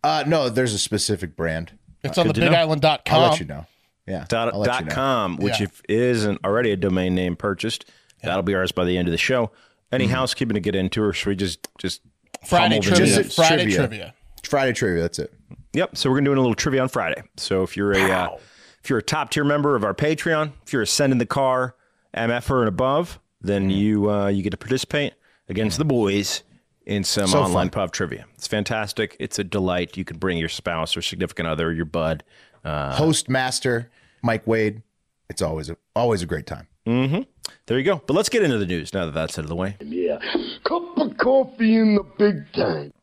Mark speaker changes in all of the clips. Speaker 1: Uh, no, there's a specific brand.
Speaker 2: It's on the
Speaker 3: Good to know.
Speaker 2: bigisland.com.
Speaker 1: I'll let you know. Yeah.
Speaker 3: Dot,
Speaker 1: I'll let
Speaker 3: dot
Speaker 1: you know.
Speaker 3: com, which
Speaker 2: Yeah.
Speaker 3: if isn't already a domain name purchased, that'll be ours by the end of the show. Any housekeeping to get into, or should we just just
Speaker 2: Friday
Speaker 3: pummel the
Speaker 2: trivia.
Speaker 1: Just-
Speaker 2: Friday
Speaker 1: Mm-hmm. trivia.
Speaker 2: trivia.
Speaker 1: Friday trivia. That's it.
Speaker 3: Yep. So we're gonna do a little trivia on Friday. So if you're a uh, if you're a top tier member of our Patreon, if you're a send in the car MFer and above, then you uh, you get to participate against the boys in some
Speaker 1: So
Speaker 3: online pub trivia. It's fantastic. It's a delight. You can bring your spouse or significant other, your bud. Uh-huh.
Speaker 1: Host master Mike Wade. It's always a, always a great time.
Speaker 3: There you go. But let's get into the news now that that's out of the way.
Speaker 4: Yeah. Cup of coffee in the big time.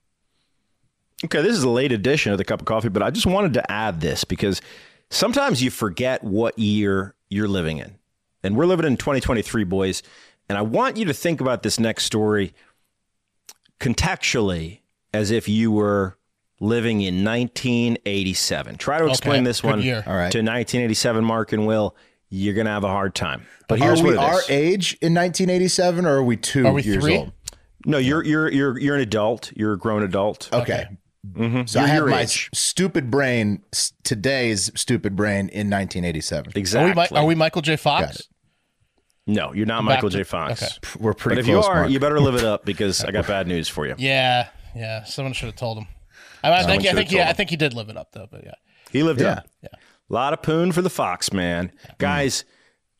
Speaker 3: Okay, this is a late edition of the cup of coffee, but I just wanted to add this because sometimes you forget what year you're living in. And we're living in 2023, boys. And I want you to think about this next story contextually as if you were living in 1987. Try to explain
Speaker 2: Okay,
Speaker 3: this
Speaker 2: good
Speaker 3: one
Speaker 2: year.
Speaker 1: All right.
Speaker 3: to 1987, Mark and Will. You're going to have a hard time. But
Speaker 1: Are
Speaker 3: here's what
Speaker 1: we
Speaker 3: it
Speaker 1: our
Speaker 3: is.
Speaker 1: age in 1987, or are we two
Speaker 2: Are we
Speaker 1: years
Speaker 2: three?
Speaker 1: old?
Speaker 3: no, you're you're you're you're an adult. You're a grown adult.
Speaker 1: Okay. So I
Speaker 3: You're
Speaker 1: have
Speaker 3: your
Speaker 1: my
Speaker 3: age.
Speaker 1: stupid brain, s- today's stupid brain in 1987.
Speaker 2: Are
Speaker 3: Exactly.
Speaker 2: we, Mi- are we Michael J.
Speaker 1: Got
Speaker 2: Fox?
Speaker 1: it.
Speaker 3: no, you're not Michael
Speaker 2: to-
Speaker 3: J. Fox.
Speaker 2: okay.
Speaker 1: We're pretty
Speaker 3: But if
Speaker 1: close.
Speaker 3: you are,
Speaker 1: Mark.
Speaker 3: you better live it up because I got bad news for you.
Speaker 2: Yeah, yeah. Someone should have told him. I, I think. I
Speaker 3: should've
Speaker 2: think.
Speaker 3: told
Speaker 2: Yeah, I
Speaker 3: him.
Speaker 2: think he did live it up though. But yeah,
Speaker 3: He lived
Speaker 1: Yeah. Mm-hmm.
Speaker 3: up. A lot of poon for the Fox, man. Guys,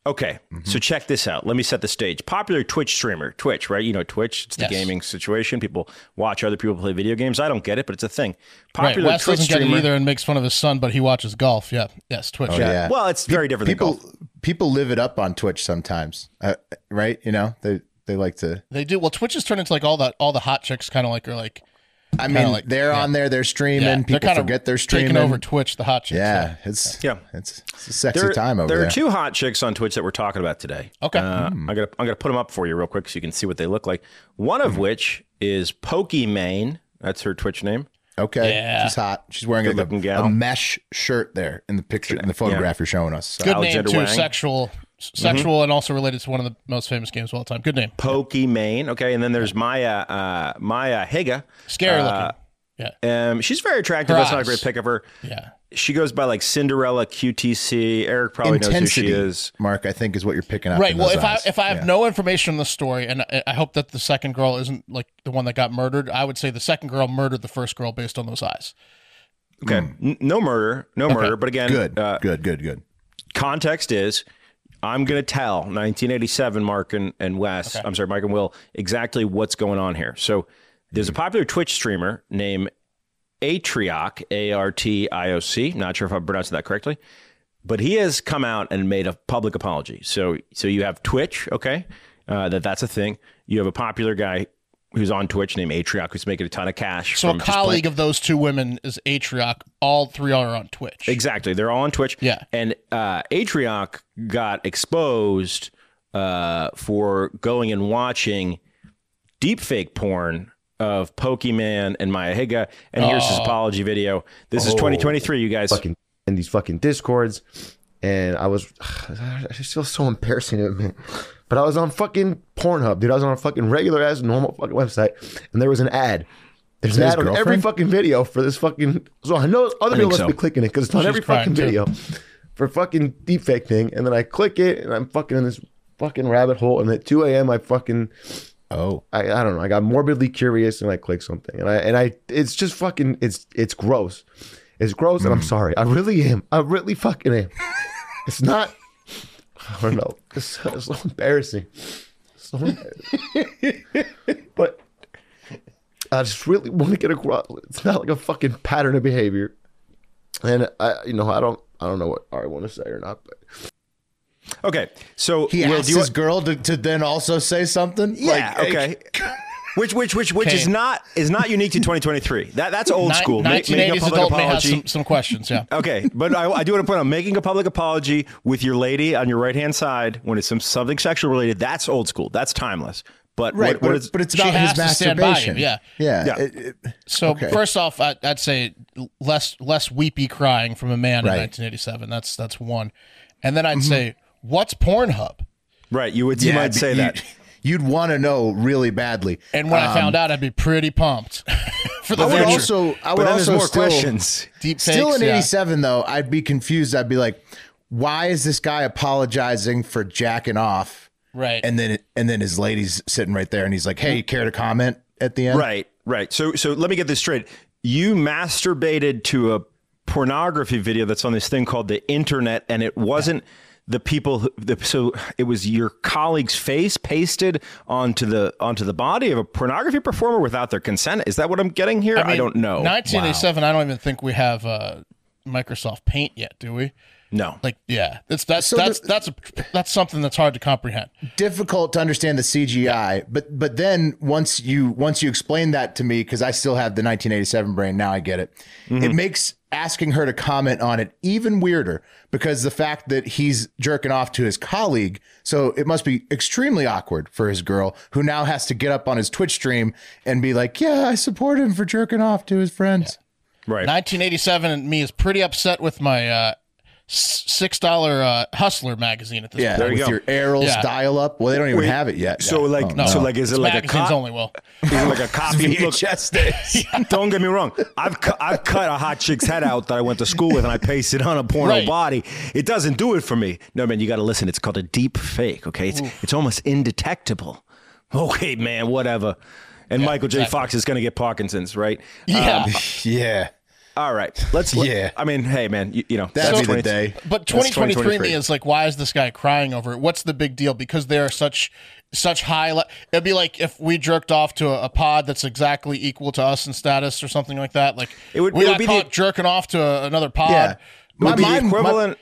Speaker 3: okay. So check this out. Let me set the stage. Popular Twitch streamer, Twitch, right? You know, Twitch, it's the
Speaker 2: Yes.
Speaker 3: gaming situation. People watch other people play video games. I don't get it, but it's a thing.
Speaker 2: right.
Speaker 3: Popular
Speaker 2: Wes
Speaker 3: Twitch
Speaker 2: doesn't get it
Speaker 3: streamer.
Speaker 2: either and makes fun of his son, but he watches golf. Yeah. Yes.
Speaker 3: Oh,
Speaker 2: Twitch.
Speaker 1: yeah.
Speaker 3: Well, it's very different
Speaker 1: people
Speaker 3: than golf.
Speaker 1: people live it up on Twitch sometimes, uh, right? You know, they they like to.
Speaker 2: They do. Well, Twitch has turned into like all the all the hot chicks kind of like are like
Speaker 1: I mean,
Speaker 2: like-
Speaker 1: they're on there, they're streaming.
Speaker 2: Yeah,
Speaker 1: People
Speaker 2: kinda
Speaker 1: forget they're
Speaker 2: taking
Speaker 1: streaming.
Speaker 2: over Twitch, the hot chicks.
Speaker 1: Yeah, it's
Speaker 3: Yeah.
Speaker 1: it's, it's a sexy
Speaker 3: There,
Speaker 1: time over
Speaker 3: there
Speaker 1: there. Oh, hmm.
Speaker 3: are two hot chicks on Twitch that we're talking about today.
Speaker 2: Okay.
Speaker 3: Uh, I'm gonna I'm gonna put them up for you real quick so you can see what they look like. One
Speaker 1: Mm-hmm.
Speaker 3: of which is Pokimane. That's her Twitch name.
Speaker 1: okay,
Speaker 2: Yeah.
Speaker 1: she's hot. She's wearing a,
Speaker 3: Good-looking
Speaker 1: a,
Speaker 3: gal.
Speaker 1: mesh shirt there in the picture in the photograph you're showing us. So.
Speaker 2: Good name
Speaker 3: Alexander
Speaker 2: too.
Speaker 3: Wang. Mm-hmm.
Speaker 2: Sexual, s- sexual, and also related to one of the most famous games of all time. Good name.
Speaker 3: Pokimane. Okay, and then there's Maya uh, Maya Higa.
Speaker 2: Scary
Speaker 3: Uh,
Speaker 2: looking. Yeah.
Speaker 3: Um, she's very attractive.
Speaker 2: Her
Speaker 3: That's not a
Speaker 2: eyes.
Speaker 3: great pick of her.
Speaker 2: Yeah.
Speaker 3: She goes by like Cinderella QTC. Eric probably
Speaker 1: Intensity,
Speaker 3: Oh, knows who she is.
Speaker 1: Mark, I think is what you're picking up.
Speaker 2: Right.
Speaker 1: in
Speaker 2: Well,
Speaker 1: those
Speaker 2: if I
Speaker 1: eyes.
Speaker 2: if I have
Speaker 1: Yeah.
Speaker 2: no information on the story, and I, I hope that the second girl isn't like the one that got murdered, I would say the second girl murdered the first girl based on those eyes.
Speaker 3: Okay, N- no murder, no murder. But again,
Speaker 1: Hmm. good,
Speaker 3: Uh,
Speaker 1: good, good, good.
Speaker 3: context is I'm going to tell 1987 Mark and, and Wes, I'm sorry, Mike and Will, exactly what's going on here. So there's a popular Twitch streamer named Atrioc, A R T I O C. Not sure if I'm pronouncing that correctly, but he has come out and made a public apology. So, so you have Twitch, okay, uh, that that's a thing. You have a popular guy who's on Twitch named Atrioc who's making a ton of cash.
Speaker 2: So
Speaker 3: from
Speaker 2: a
Speaker 3: just playing-
Speaker 2: colleague of those two women is Atrioc. All three are on Twitch.
Speaker 3: Exactly. They're all on Twitch.
Speaker 2: Yeah.
Speaker 3: And uh, Atrioc got exposed uh, for going and watching deepfake porn of Pokemon and Maya Higa. And here's his apology video. This
Speaker 2: Oh.
Speaker 3: is 2023, you guys.
Speaker 5: fucking in these fucking discords and i was i just feel so embarrassing to admit but i was on fucking pornhub dude i was on a fucking regular ass normal fucking website and there was an ad there's an
Speaker 1: His
Speaker 5: ad on every
Speaker 1: girlfriend?
Speaker 5: fucking video for this fucking so i know other
Speaker 3: think
Speaker 5: people must
Speaker 3: so.
Speaker 5: be clicking it because it's on
Speaker 2: She's
Speaker 5: every
Speaker 2: crying,
Speaker 5: fucking
Speaker 2: too.
Speaker 5: video for fucking deepfake thing and then i click it and i'm fucking in this fucking rabbit hole and at 2 a.m i fucking
Speaker 1: Oh,
Speaker 5: I, I don't know. I got morbidly curious and I clicked something and I and I it's just fucking it's it's gross. It's gross and I'm sorry. I really am. I really fucking am. It's not I don't know. It's, it's so embarrassing. So embarrassing. but I just really want to get across it's not like a fucking pattern of behavior. And I you know, I don't I don't know what I want to say or not, but
Speaker 3: Okay. So,
Speaker 1: he
Speaker 3: Will,
Speaker 1: asked
Speaker 3: do you
Speaker 1: his girl to, to then also say something.
Speaker 3: Yeah,
Speaker 1: Like,
Speaker 3: okay. Which, which, which, which is
Speaker 2: Okay.
Speaker 3: not is not unique to 2023. That that's old
Speaker 2: Ni-
Speaker 3: school. Ma- making a
Speaker 2: 1980s
Speaker 3: public
Speaker 2: adult may have
Speaker 3: apology.
Speaker 2: some, some questions. Yeah.
Speaker 3: Okay, but I, I do want to point out making a public apology with your lady on your right hand side when it's some something sexual related. That's old school. That's timeless. But
Speaker 1: right?
Speaker 3: what,
Speaker 1: but,
Speaker 3: what
Speaker 1: it's,
Speaker 3: is?
Speaker 1: but it's
Speaker 2: She
Speaker 1: about his
Speaker 2: has to stand by
Speaker 1: masturbation.
Speaker 2: him, yeah.
Speaker 1: yeah.
Speaker 3: Yeah.
Speaker 1: It- it-
Speaker 2: So
Speaker 1: Okay.
Speaker 2: first off, I, I'd say less less weepy crying from a man
Speaker 1: Right. Mm-hmm.
Speaker 2: in 1987. That's that's one. And then I'd say, what's Pornhub?
Speaker 3: right, you would you
Speaker 1: yeah,
Speaker 3: might
Speaker 1: it'd be-
Speaker 3: say that.
Speaker 1: you'd, you'd want to know really badly.
Speaker 2: And when I found out, I'd be pretty pumped for the
Speaker 1: Um, I would
Speaker 2: future.
Speaker 1: also, I
Speaker 3: But
Speaker 1: would
Speaker 3: then there's
Speaker 1: also
Speaker 3: more
Speaker 1: still,
Speaker 3: questions.
Speaker 2: Deep
Speaker 1: still in
Speaker 2: fakes, yeah.
Speaker 1: '87 though. I'd be confused. I'd be like, why is this guy apologizing for jacking off?
Speaker 2: Right.
Speaker 1: And then, and then his lady's sitting right there, and he's like, "Hey, you care to comment at the end?"
Speaker 3: Right, right. So so let me get this straight. You masturbated to a pornography video that's on this thing called the internet, and it wasn't the people. Who, the, so it was your colleague's face pasted onto the onto the body of a pornography performer without their consent. Is that what I'm getting here? I,
Speaker 2: mean,
Speaker 3: don't know.
Speaker 2: 1987. I don't even think we have uh, Microsoft Paint yet, do we?
Speaker 3: no.
Speaker 2: Like, yeah, that's that's
Speaker 1: So
Speaker 2: that's
Speaker 1: the-
Speaker 2: that's a, that's something that's hard to comprehend.
Speaker 1: difficult to understand the CGI, but but then once you once you explain that to me, because I still have the 1987 brain, now I get it.
Speaker 3: Mm-hmm.
Speaker 1: It makes asking her to comment on it even weirder because the fact that he's jerking off to his colleague, so it must be extremely awkward for his girl who now has to get up on his Twitch stream and be like, "Yeah, I support him for jerking off to his friends."
Speaker 3: Right.
Speaker 2: 1987 and me is pretty upset with my uh, s- six dollar uh, Hustler magazine at this
Speaker 1: Yeah,
Speaker 2: point.
Speaker 3: you
Speaker 1: with
Speaker 3: go.
Speaker 1: your Errol's
Speaker 2: Yeah.
Speaker 1: dial up. Well, they don't even
Speaker 3: Wait,
Speaker 1: have it yet. Oh,
Speaker 3: So like so like is it
Speaker 2: It's
Speaker 3: like a
Speaker 2: magazines
Speaker 3: cop?
Speaker 2: only will.
Speaker 3: Is it like a copy? Look,
Speaker 1: VHS days.
Speaker 3: don't get me wrong. I've cu- I've cut a hot chick's head out that I went to school with, and I pasted on a porno
Speaker 2: Right.
Speaker 3: body. It doesn't do it for me. No man, you got to listen. It's called a deep fake. Okay, it's it's almost indetectable. Okay, man, whatever. And Michael J.
Speaker 2: exactly.
Speaker 3: Fox is going to get Parkinson's, right? Uh,
Speaker 2: Yeah.
Speaker 1: yeah,
Speaker 3: All right, let's. let-
Speaker 1: Yeah.
Speaker 3: I mean, hey, man, you, you know
Speaker 1: that'd
Speaker 3: that's 20
Speaker 1: be the day.
Speaker 2: But
Speaker 3: That's
Speaker 2: 2023 me
Speaker 3: 2023.
Speaker 2: is like, why is this guy crying over it? What's the big deal? Because they are such such high. Le- It'd be like if we jerked off to a, a pod that's exactly equal to us in status or something like that. Like
Speaker 3: It would-
Speaker 2: we
Speaker 3: it would
Speaker 2: got
Speaker 3: be the-
Speaker 2: caught jerking off to a, another pod.
Speaker 1: Yeah.
Speaker 3: Would be the
Speaker 1: mind-
Speaker 3: equivalent-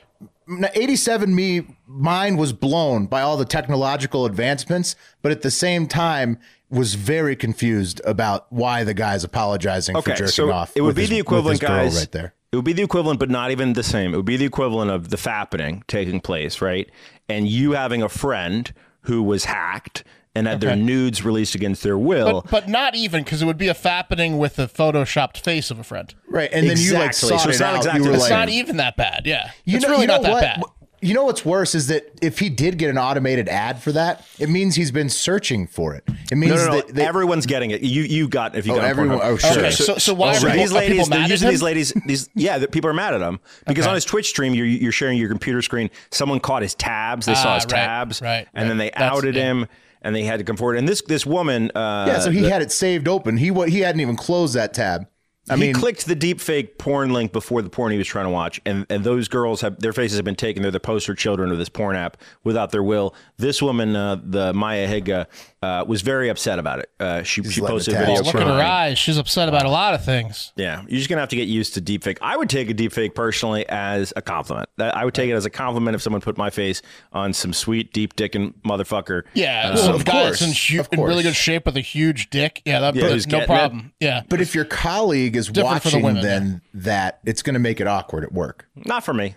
Speaker 1: my- n- 87 me mind was blown by all the technological advancements, but at the same time was very confused about why the guy's apologizing for jerking off.
Speaker 3: It would
Speaker 1: with
Speaker 3: be
Speaker 1: his-
Speaker 3: the
Speaker 1: with
Speaker 3: equivalent,
Speaker 1: his girl
Speaker 3: guys.
Speaker 1: right there.
Speaker 3: It would be the equivalent, but not even the same. It would be the equivalent of the fappening taking place, right? And you having a friend who was hacked and had their nudes released against their will.
Speaker 2: But not even because it would be a fappening with a photoshopped face of a friend.
Speaker 1: Right, and then you like
Speaker 3: Exactly.
Speaker 1: sought
Speaker 3: So it's
Speaker 1: it
Speaker 3: not
Speaker 1: out.
Speaker 3: exactly
Speaker 1: you were
Speaker 3: the
Speaker 2: It's
Speaker 1: like,
Speaker 3: same.
Speaker 2: not even that bad. Yeah,
Speaker 1: You
Speaker 2: it's
Speaker 1: know,
Speaker 2: really
Speaker 1: you know
Speaker 2: not that
Speaker 1: what?
Speaker 2: bad.
Speaker 1: You know what's worse is that if he did get an automated ad for that, it means he's been searching for it. It means
Speaker 3: no, no, no.
Speaker 1: that that-
Speaker 3: everyone's getting it. You, you got if you
Speaker 1: Oh,
Speaker 3: got on
Speaker 1: everyone-
Speaker 3: Pornhub.
Speaker 1: oh, sure.
Speaker 2: Okay, so, so why
Speaker 3: So
Speaker 2: are,
Speaker 3: these
Speaker 2: people, are people
Speaker 3: ladies, they're
Speaker 2: mad at
Speaker 3: using
Speaker 2: him?
Speaker 3: these ladies. These yeah, that people are mad at him because on his Twitch stream, you're, you're sharing your computer screen. Someone caught his tabs. They saw
Speaker 2: Ah,
Speaker 3: his
Speaker 2: right,
Speaker 3: tabs,
Speaker 2: right,
Speaker 3: and then
Speaker 2: right.
Speaker 3: they
Speaker 2: That's-
Speaker 3: outed
Speaker 2: yeah.
Speaker 3: him, and they had to come forward. And this this woman, uh,
Speaker 1: yeah, so he had it saved open. He wa- he hadn't even closed that tab. I
Speaker 3: he
Speaker 1: mean,
Speaker 3: clicked the deep fake porn link before the porn he was trying to watch, and and those girls have their faces have been taken. They're the poster children of this porn app without their will. This woman, uh, the Maya Higa, uh, was very upset about it. Uh, she she
Speaker 1: letting
Speaker 3: posted a
Speaker 1: the
Speaker 3: video.
Speaker 1: tabs
Speaker 2: Look at her
Speaker 3: crying.
Speaker 2: eyes. She's upset about a lot of things.
Speaker 3: Yeah, you're just gonna have to get used to deepfake. I would take a deepfake personally as a compliment. That- I would take it as a compliment if someone put my face on some sweet deep dickin' motherfucker.
Speaker 2: Yeah,
Speaker 3: Uh,
Speaker 2: some
Speaker 1: of
Speaker 2: guy
Speaker 1: course,
Speaker 2: that's in, hu-
Speaker 1: of
Speaker 2: in really
Speaker 1: course.
Speaker 2: good shape with a huge dick. Yeah, that,
Speaker 3: Yeah,
Speaker 2: that's
Speaker 3: he's
Speaker 2: no
Speaker 3: getting it.
Speaker 2: problem. Yeah,
Speaker 1: but if your colleague is
Speaker 2: Different for the
Speaker 1: watching,
Speaker 2: women,
Speaker 1: then that it's going to make it awkward at work.
Speaker 3: not for me.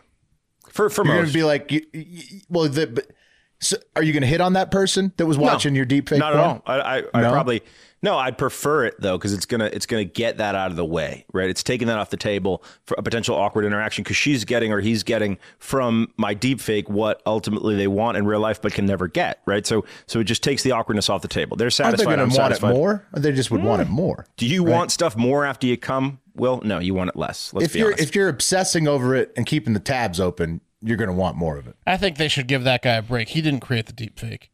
Speaker 3: For for
Speaker 1: You're going
Speaker 3: most.
Speaker 1: to be like, you, you- you- well, the, but, so are you going to hit on that person that was watching your deep fake?
Speaker 3: Not at
Speaker 1: porn?
Speaker 3: all. I, I, I
Speaker 1: No?
Speaker 3: probably no. I'd prefer it though because it's gonna it's gonna get that out of the way, right? It's taking that off the table for a potential awkward interaction because she's getting or he's getting from my deep fake what ultimately they want in real life but can never get, right? So so it just takes the awkwardness off the table. They're
Speaker 1: Aren't they
Speaker 3: satisfied.
Speaker 1: going to
Speaker 3: I'm
Speaker 1: want
Speaker 3: satisfied.
Speaker 1: it more? Or they just would
Speaker 2: Mm.
Speaker 1: want it more.
Speaker 3: Do you want stuff more after you come? Well, no, you want it less. Let's
Speaker 1: If
Speaker 3: be
Speaker 1: you're
Speaker 3: honest.
Speaker 1: if you're obsessing over it and keeping the tabs open, you're going to want more of it.
Speaker 2: I think they should give that guy a break. He didn't create the deep fake.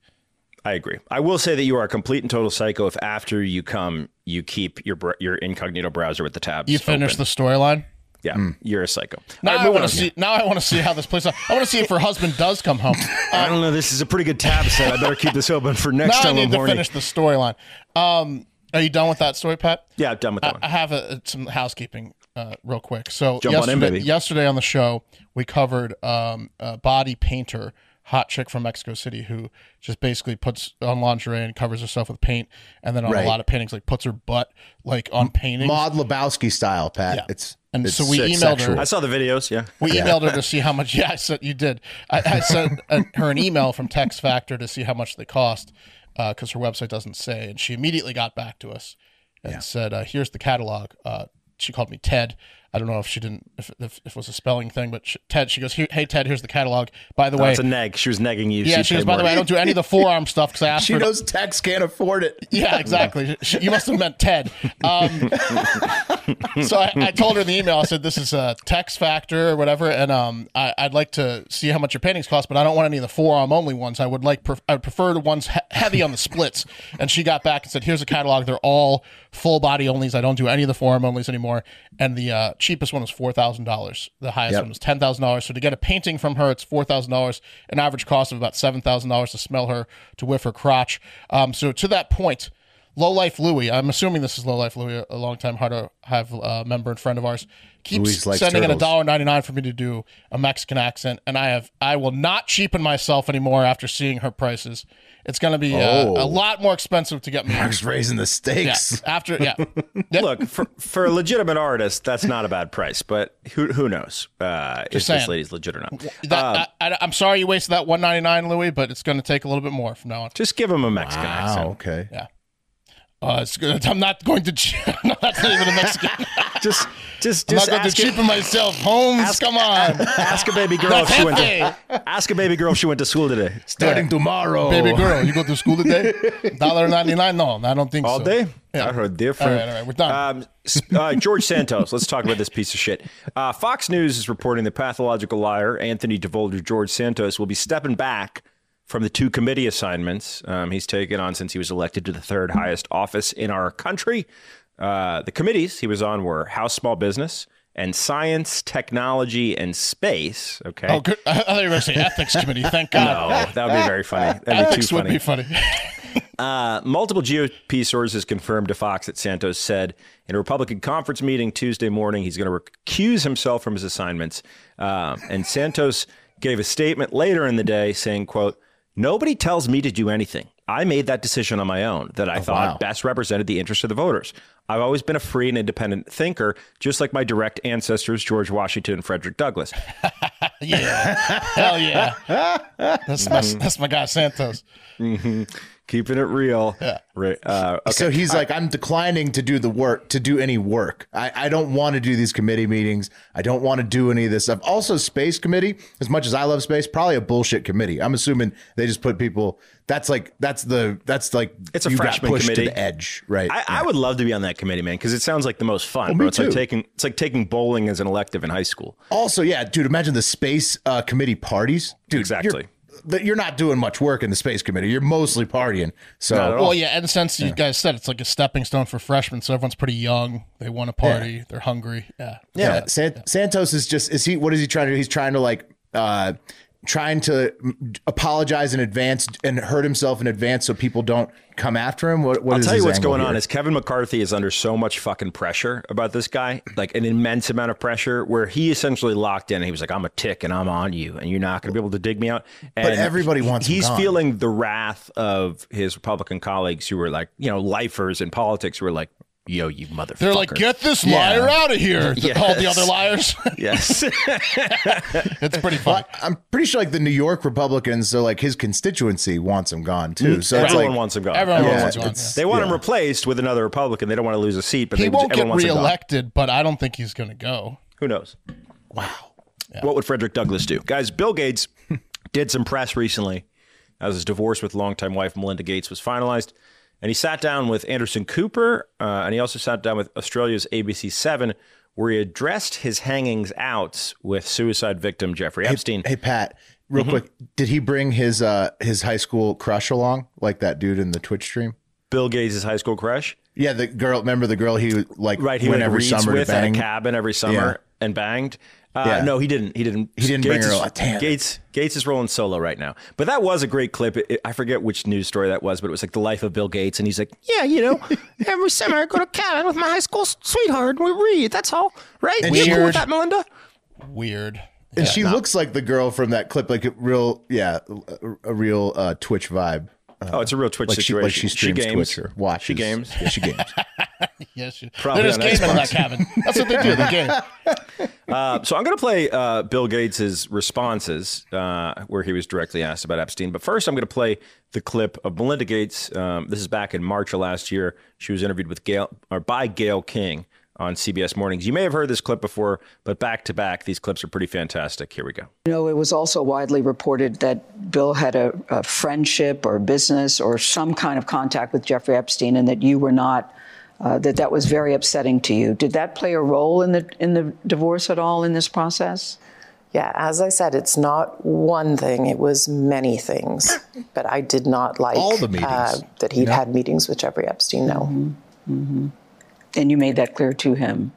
Speaker 3: I agree. I will say that you are a complete and total psycho if after you come, you keep your br- your incognito browser with the tabs.
Speaker 2: You finished the storyline.
Speaker 3: open. Yeah,
Speaker 1: Hmm.
Speaker 3: you're a psycho.
Speaker 2: Now
Speaker 3: All right,
Speaker 2: I
Speaker 3: moving
Speaker 2: want
Speaker 3: on.
Speaker 2: to see. Now I want to see how this plays out. I want to see if her husband does come home.
Speaker 3: I don't know. This is a pretty good tab set. I better keep this open for next
Speaker 2: Now I
Speaker 3: time
Speaker 2: need
Speaker 3: I'm
Speaker 2: to
Speaker 3: horny.
Speaker 2: finish the storyline. Um, are you done with that story, Pat?
Speaker 3: Yeah, I'm done with that
Speaker 2: I
Speaker 3: one.
Speaker 2: have a, some housekeeping uh, real quick. So
Speaker 3: Jump on in,
Speaker 2: yesterday,
Speaker 3: baby.
Speaker 2: yesterday on the show, we covered um, a body painter, hot chick from Mexico City, who just basically puts on lingerie and covers herself with paint, and then on
Speaker 1: Right.
Speaker 2: a lot of paintings, like puts her butt like on paintings.
Speaker 1: Maud Lebowski style, Pat. It's
Speaker 2: And
Speaker 1: it's
Speaker 2: so we
Speaker 1: sex-
Speaker 2: emailed her.
Speaker 3: I saw the videos. Yeah.
Speaker 2: We emailed her to see how much. Yeah, I said you did. I, I sent uh her an email from Text Factor to see how much they cost because her website doesn't say, and she immediately got back to us and said, uh, "Here's the catalog." Uh, she called me Ted. I don't know if she didn't if, if, if it was a spelling thing, but she, Ted. She goes, "Here- "Hey Ted, here's the catalog." By the way,
Speaker 3: That's a neg. She was negging you.
Speaker 2: yeah.
Speaker 3: She
Speaker 2: She goes,
Speaker 3: paid
Speaker 2: "By the
Speaker 3: more.
Speaker 2: way, I don't do any of the forearm stuff because I asked
Speaker 1: She
Speaker 2: her to
Speaker 1: knows Tex can't afford it.
Speaker 2: yeah, exactly. Sh- you must have meant Ted. Um, so I, I told her in the email, I said, this is a text factor or whatever. And um, I, I'd like to see how much your paintings cost, but I don't want any of the forearm only ones. I would like, pref- I would prefer the ones he- heavy on the splits. And she got back and said, here's a catalog. They're all full body onlys. I don't do any of the forearm onlys anymore. And the uh, cheapest one was $4,000. The highest
Speaker 1: Yep.
Speaker 2: one was $10,000. So to get a painting from her, it's $4,000, an average cost of about $7,000 to smell her, to whiff her crotch. Um, so to that point, Low Life Louie, I'm assuming this is Low Life Louie, a longtime hard to have uh, member and friend of ours, keeps
Speaker 1: Louise likes
Speaker 2: sending in a
Speaker 1: turtles.
Speaker 2: dollar ninety nine for me to do a Mexican accent, and I have I will not cheapen myself anymore after seeing her prices. It's going to be uh, a
Speaker 1: Oh.
Speaker 2: lot more expensive to get me.
Speaker 1: Tex raising the
Speaker 2: Yeah,
Speaker 1: stakes.
Speaker 2: after yeah, Yeah,
Speaker 3: Look for, for a legitimate artist, that's not a bad price. But who who knows uh, if
Speaker 2: saying.
Speaker 3: this lady's legit or not?
Speaker 2: that,
Speaker 1: Um.
Speaker 2: I, am sorry you wasted that one ninety nine, Louie, but it's going to take a little bit more from now on.
Speaker 3: Just give him a Mexican accent.
Speaker 1: Wow, Ah, okay.
Speaker 2: Uh, it's good. I'm not going to. che- no, that's not even a Mexican.
Speaker 3: Just just
Speaker 2: I'm not going
Speaker 3: just
Speaker 2: to
Speaker 3: ask it-
Speaker 2: cheapen myself, Holmes. come on.
Speaker 3: Ask a baby girl if she went to, ask a baby girl if she went to school today.
Speaker 1: Starting
Speaker 3: Oh.
Speaker 1: tomorrow.
Speaker 2: Baby girl, you go to school today? Dollar ninety nine? No, I don't think
Speaker 3: All
Speaker 2: so.
Speaker 3: day?
Speaker 2: Yeah.
Speaker 3: I heard different.
Speaker 2: All right, all right, we're done.
Speaker 3: Um, s- uh, George Santos, let's talk about this piece of shit. Uh, Fox News is reporting the pathological liar, Anthony DeVolder, George Santos, will be stepping back from the two committee assignments um, he's taken on since he was elected to the third highest office in our country. Uh, the committees he was on were House Small Business and Science, Technology, and Space. Okay.
Speaker 2: Oh, good. I thought you were going to say ethics committee. Thank God.
Speaker 3: No, that would be very funny. That'd be too
Speaker 2: ethics would
Speaker 3: funny.
Speaker 2: be funny.
Speaker 3: Uh, multiple GOP sources confirmed to Fox that Santos said in a Republican conference meeting Tuesday morning he's going to recuse himself from his assignments. Um, and Santos gave a statement later in the day saying, quote, nobody tells me to do anything. I made that decision on my own that I thought best represented the interests of the voters. I've always been a free and independent thinker, just like my direct ancestors, George Washington and Frederick Douglass.
Speaker 2: Yeah. Hell yeah. That's my,
Speaker 3: Mm.
Speaker 2: that's my guy Santos.
Speaker 3: Keeping it real. Right. Uh,
Speaker 1: So he's like, I'm declining to do the work, to do any work. I, I don't want to do these committee meetings. I don't want to do any of this stuff. Also, space committee, as much as I love space, probably a bullshit committee. I'm assuming they just put people. That's like that's the that's like
Speaker 3: It's a
Speaker 1: you
Speaker 3: freshman
Speaker 1: pushed
Speaker 3: committee.
Speaker 1: to the edge, right?
Speaker 3: I, I would love to be on that committee, man, because it sounds like the most fun. bro.
Speaker 1: Oh, me
Speaker 3: It's like
Speaker 1: too.
Speaker 3: taking it's like taking bowling as an elective in high school.
Speaker 1: also, yeah, dude, imagine the space uh, committee parties, dude.
Speaker 3: Exactly.
Speaker 1: You're, that you're not doing much work in the space committee. You're mostly partying. So
Speaker 2: Well, yeah, and since you guys said it's like a stepping stone for freshmen, so everyone's pretty young. They want to party. They're hungry. Yeah.
Speaker 1: Yeah, San- Santos is just is he what is he trying to do? He's trying to like uh trying to mm, apologize in advance and hurt himself in advance so people don't come after him. What, what
Speaker 3: I'll
Speaker 1: is
Speaker 3: tell you
Speaker 1: his
Speaker 3: what's
Speaker 1: angle
Speaker 3: going
Speaker 1: here?
Speaker 3: on is Kevin McCarthy is under so much fucking pressure about this guy, like an immense amount of pressure, where he essentially locked in. And he was like, "I'm a tick, and I'm on you, and you're not going to be able to dig me out." And
Speaker 1: everybody wants him
Speaker 3: He's
Speaker 1: gone.
Speaker 3: feeling the wrath of his Republican colleagues who were like, you know, lifers in politics who were like, "Yo, you motherfucker!"
Speaker 2: They're like, get this liar out of here.
Speaker 3: Yes.
Speaker 2: All the other liars.
Speaker 3: yes,
Speaker 2: it's pretty funny.
Speaker 1: I'm pretty sure like the New York Republicans, so like his constituency wants him gone too. So it's
Speaker 3: everyone
Speaker 1: like
Speaker 3: wants him gone.
Speaker 2: Everyone
Speaker 1: Yeah,
Speaker 2: wants one.
Speaker 1: it's-
Speaker 3: They want him replaced with another Republican. They don't want to lose a seat, but
Speaker 2: He
Speaker 3: they,
Speaker 2: won't get
Speaker 3: everyone wants him gone.
Speaker 2: reelected, but I don't think he's going to go.
Speaker 3: Who knows? Wow. What would Frederick Douglass do? Guys, Bill Gates did some press recently as his divorce with longtime wife Melinda Gates was finalized. And he sat down with Anderson Cooper, uh, and he also sat down with Australia's ABC7, where he addressed his hangings out with suicide victim Jeffrey Epstein.
Speaker 1: Hey Pat, real
Speaker 3: Mm-hmm.
Speaker 1: quick, did he bring his uh his high school crush along like that dude in the Twitch stream?
Speaker 3: Bill Gates' high school crush.
Speaker 1: Yeah, the girl. Remember the girl he like
Speaker 3: Right, he
Speaker 1: went
Speaker 3: went
Speaker 1: every
Speaker 3: reads
Speaker 1: summer to
Speaker 3: with at a
Speaker 1: bang?
Speaker 3: cabin every summer and banged. Uh,
Speaker 1: Yeah.
Speaker 3: No, he didn't. He didn't.
Speaker 1: He didn't bring her
Speaker 3: is-
Speaker 1: a lot. Damn it.
Speaker 3: Gates Gates is rolling solo right now. But that was a great clip. It- it- I forget which news story that was, but it was like the life of Bill Gates, and he's like, "Yeah, you know, every summer I go to cabin with my high school sweetheart. and We read. That's all, right?
Speaker 2: And
Speaker 3: you cool
Speaker 2: weird.
Speaker 3: with that, Melinda?
Speaker 2: Weird.
Speaker 1: And she looks like the girl from that clip, like a real, yeah, a- a real uh, Twitch vibe. Uh,
Speaker 3: oh, it's a real Twitch
Speaker 1: like she,
Speaker 3: situation.
Speaker 1: like she streams
Speaker 3: games.
Speaker 1: Twitch or watches.
Speaker 3: She games.
Speaker 1: Yeah, she games.
Speaker 2: Yes, you-
Speaker 3: Probably
Speaker 2: they're just
Speaker 3: on
Speaker 2: gaming in that
Speaker 3: Xbox.
Speaker 2: cabin. That's what they do. They game.
Speaker 3: Uh, so I'm going to play uh, Bill Gates' responses uh, where he was directly asked about Epstein. But first, I'm going to play the clip of Melinda Gates. Um, this is back in March of last year. She was interviewed with Gail or by Gail King on CBS Mornings. You may have heard this clip before, but back to back, these clips are pretty fantastic. Here we go.
Speaker 6: You know, Oh, it was also widely reported that Bill had a, a friendship or business or some kind of contact with Jeffrey Epstein, and that you were not. Uh, that that was very upsetting to you. Did that play a role in the in the divorce at all in this process?
Speaker 7: Yeah, as I said, it's not one thing, it was many things. But I did not like uh,
Speaker 1: All the meetings.
Speaker 7: that he'd had meetings with Jeffrey Epstein. No,
Speaker 6: And you made that clear to him.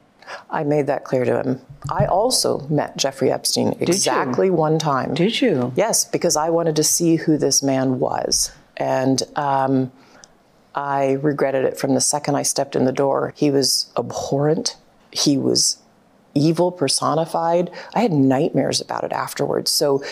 Speaker 7: I made that clear to him. I also met Jeffrey Epstein exactly one time.
Speaker 6: Did you?
Speaker 7: Yes, because I wanted to see who this man was. And um, I regretted it from the second I stepped in the door. He was abhorrent. He was evil personified. I had nightmares about it afterwards. So,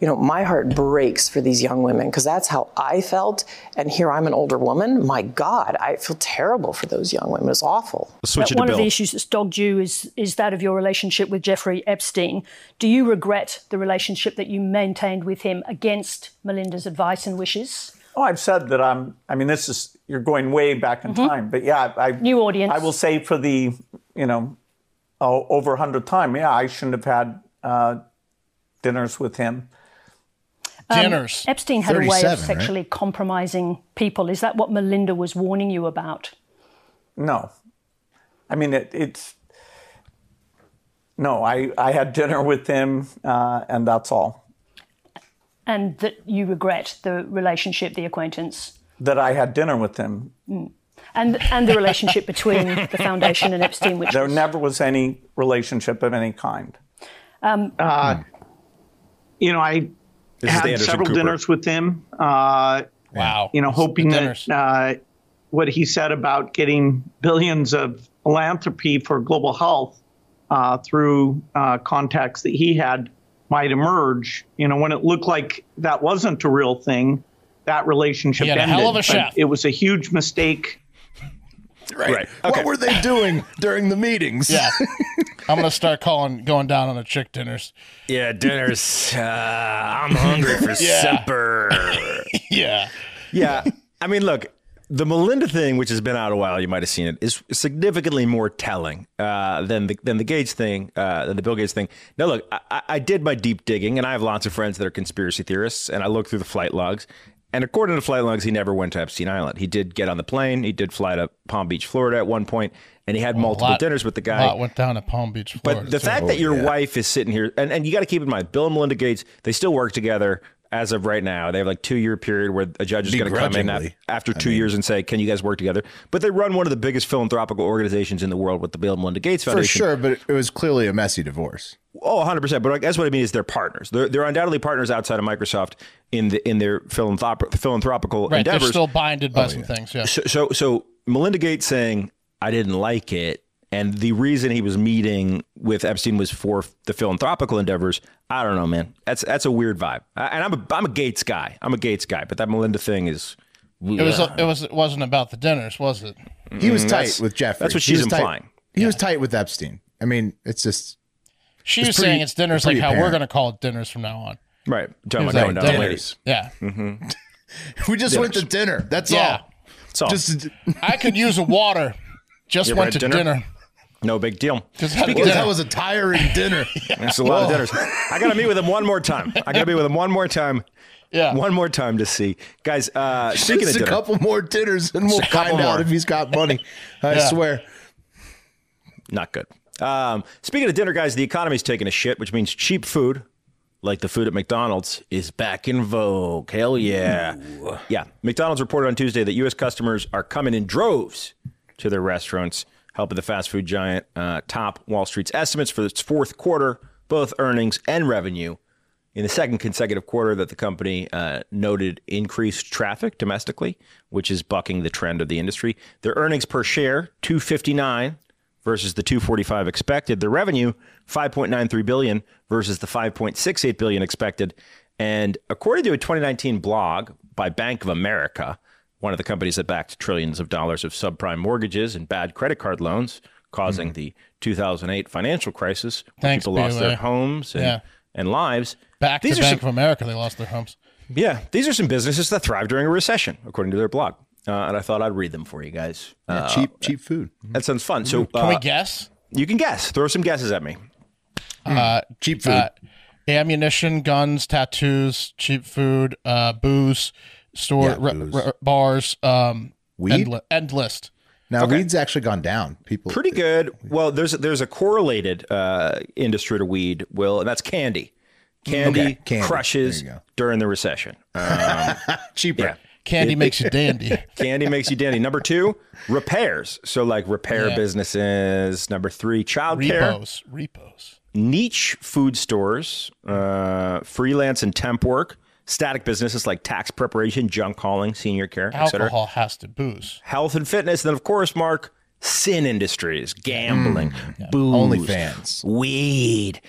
Speaker 7: you know, my heart breaks for these young women because that's how I felt. And here I'm an older woman. My God, I feel terrible for those young women. It's awful.
Speaker 3: Let's switch it to
Speaker 8: one of the
Speaker 3: Bill.
Speaker 8: issues that's dogged you is is that of your relationship with Jeffrey Epstein. Do you regret the relationship that you maintained with him against Melinda's advice and wishes?
Speaker 9: Oh, I've said that I'm. I mean, this is you're going way back in time, but yeah, I, I
Speaker 8: Mm-hmm. New audience.
Speaker 9: I will say for the you know oh, over a hundred time, yeah, I shouldn't have had uh, dinners with him.
Speaker 2: Dinners.
Speaker 8: Epstein had a way of
Speaker 1: 37, right?
Speaker 8: sexually compromising people. Is that what Melinda was warning you about?
Speaker 9: No, I mean it, it's no. I I had dinner with him, uh, and that's all
Speaker 8: And that you regret the relationship, the acquaintance, Mm.
Speaker 9: that I had dinner with him.
Speaker 8: and and the relationship between the foundation and Epstein, which
Speaker 9: There
Speaker 8: was-
Speaker 9: never was any relationship of any kind.
Speaker 10: Uh, you know, I
Speaker 3: This is the
Speaker 10: had
Speaker 3: Anderson
Speaker 10: several
Speaker 3: Cooper.
Speaker 10: dinners with him. Uh,
Speaker 2: Wow.
Speaker 10: you know, hoping
Speaker 2: dinners.
Speaker 10: that uh, what he said about getting billions of philanthropy for global health uh, through uh, contacts that he had might emerge. You know, when it looked like that wasn't a real thing, that relationship
Speaker 2: He had a
Speaker 10: ended.
Speaker 2: hell of a
Speaker 10: But
Speaker 2: chef.
Speaker 10: It was a huge mistake.
Speaker 1: Right. What were they doing during the meetings?
Speaker 2: Yeah. I'm gonna start calling going down on the chick dinners.
Speaker 3: Yeah, dinner's. Uh, I'm hungry for
Speaker 2: Yeah.
Speaker 3: supper.
Speaker 2: yeah.
Speaker 3: Yeah. I mean, look, the Melinda thing, which has been out a while, you might have seen it, is significantly more telling uh, than the than the Gates thing, uh, than the Bill Gates thing. Now, look, I- I, I did my deep digging, and I have lots of friends that are conspiracy theorists, and I looked through the flight logs. And according to the flight logs, he never went to Epstein Island. He did get on the plane. He did fly to Palm Beach, Florida, at one point, and he had multiple
Speaker 2: lot-
Speaker 3: dinners with the
Speaker 2: A
Speaker 3: guy.
Speaker 2: lot Uh, went down at Palm Beach, Florida.
Speaker 3: But the
Speaker 2: too.
Speaker 3: fact that your wife is sitting here, and, and you got to keep in mind, Bill and Melinda Gates, they still work together as of right now. They have like two year period where a judge is going to come in af-
Speaker 1: Begrudgingly.
Speaker 3: after two years and say, "Can you guys work together?" But they run one of the biggest philanthropic organizations in the world with the Bill and Melinda Gates
Speaker 1: For
Speaker 3: Foundation.
Speaker 1: sure, but it was clearly a messy divorce.
Speaker 3: Oh, 100 percent. But I guess what I mean is they're partners. They're, they're undoubtedly partners outside of Microsoft in the in their philanthrop- philanthropical
Speaker 2: right,
Speaker 3: endeavors.
Speaker 2: they're still binded by some things. Yeah.
Speaker 3: So, so, so Melinda Gates saying I didn't like it, and the reason he was meeting with Epstein was for the philanthropical endeavors. I don't know, man. That's that's a weird vibe. I, and I'm a I'm a Gates guy. I'm a Gates guy. But that Melinda thing is.
Speaker 2: It was it was it wasn't about the dinners, was it?
Speaker 1: He was
Speaker 3: Mm,
Speaker 1: tight
Speaker 3: that's-
Speaker 1: with Jeffrey.
Speaker 3: that's what
Speaker 1: He
Speaker 3: she's
Speaker 1: was tight-
Speaker 3: implying.
Speaker 1: He was tight with Epstein. I mean, it's just
Speaker 2: She
Speaker 1: It's
Speaker 2: was
Speaker 1: pretty-
Speaker 2: saying it's dinners like
Speaker 1: pretty
Speaker 2: how we're
Speaker 1: apparent.
Speaker 2: going to call it dinners from now on.
Speaker 3: Right.
Speaker 2: He
Speaker 3: Talking
Speaker 2: was like,
Speaker 3: about going down
Speaker 2: "Dinners."
Speaker 3: ladies.
Speaker 2: Yeah.
Speaker 1: we just went to dinner. That's
Speaker 2: Yeah.
Speaker 1: all.
Speaker 3: It's all.
Speaker 1: Just
Speaker 2: I could use a water. Just
Speaker 3: You ever
Speaker 2: went to
Speaker 3: had
Speaker 2: dinner.
Speaker 3: dinner? no big deal.
Speaker 2: Just had
Speaker 1: because
Speaker 2: dinner.
Speaker 1: that was a tiring dinner.
Speaker 3: It's a lot of dinners. I got to meet with him one more time. I got to meet with him one more time.
Speaker 2: Yeah.
Speaker 3: One more time to see. Guys, uh, speaking
Speaker 1: Just
Speaker 3: of
Speaker 1: a
Speaker 3: dinner,
Speaker 1: couple more dinners, and we'll
Speaker 3: Just a couple
Speaker 1: find out
Speaker 3: more.
Speaker 1: if he's got money. I
Speaker 2: Yeah.
Speaker 1: swear.
Speaker 3: not good. Um, speaking of dinner, guys, the economy's taking a shit, which means cheap food, like the food at McDonald's, is back in vogue. Hell yeah. Yeah. McDonald's reported on Tuesday that U.S. customers are coming in droves to their restaurants, helping the fast food giant uh, top Wall Street's estimates for its fourth quarter, both earnings and revenue. In the second consecutive quarter, that the company uh, noted increased traffic domestically, which is bucking the trend of the industry. Their earnings per share, 259 versus the 245 expected. Their revenue, 5.93 billion versus the 5.68 billion expected. And according to a 2019 blog by Bank of America, one of the companies that backed trillions of dollars of subprime mortgages and bad credit card loans, causing the 2008 financial crisis, where
Speaker 2: Thanks,
Speaker 3: people lost
Speaker 2: BOA.
Speaker 3: their homes and
Speaker 2: Yeah.
Speaker 3: and lives.
Speaker 2: Back
Speaker 3: these
Speaker 2: to
Speaker 3: are
Speaker 2: Bank
Speaker 3: some,
Speaker 2: of America, they lost their homes.
Speaker 3: yeah, these are some businesses that thrive during a recession, according to their blog. Uh, and I thought I'd read them for you guys. Uh,
Speaker 1: cheap, cheap food.
Speaker 3: that sounds fun. So
Speaker 2: Can we
Speaker 3: uh,
Speaker 2: guess?
Speaker 3: you can guess. Throw some guesses at me.
Speaker 2: Uh,
Speaker 1: Cheap food.
Speaker 2: uh, ammunition, guns, tattoos, cheap food, uh, booze, store
Speaker 1: Yeah,
Speaker 2: re-
Speaker 1: booze.
Speaker 2: re- bars, um,
Speaker 1: Weed?
Speaker 2: endle- end list.
Speaker 1: now weed's actually gone down. People
Speaker 3: Pretty good. Well, there's there's a correlated uh, industry to weed, Will, and that's candy. Candy,
Speaker 1: Okay, candy.
Speaker 3: crushes
Speaker 1: There you go.
Speaker 3: during the recession.
Speaker 1: cheaper.
Speaker 3: Yeah.
Speaker 2: Candy makes you dandy.
Speaker 3: Candy makes you dandy. Number two, repairs. So like repair
Speaker 2: Yeah.
Speaker 3: businesses. Number three, childcare.
Speaker 2: Repos, repos.
Speaker 3: niche food stores, uh, freelance and temp work, static businesses like tax preparation, junk hauling, senior care, etc.
Speaker 2: Alcohol has to booze.
Speaker 3: Health and fitness, then of course, Mark, sin industries,
Speaker 2: Mm.
Speaker 3: gambling, booze,
Speaker 1: OnlyFans.
Speaker 3: weed,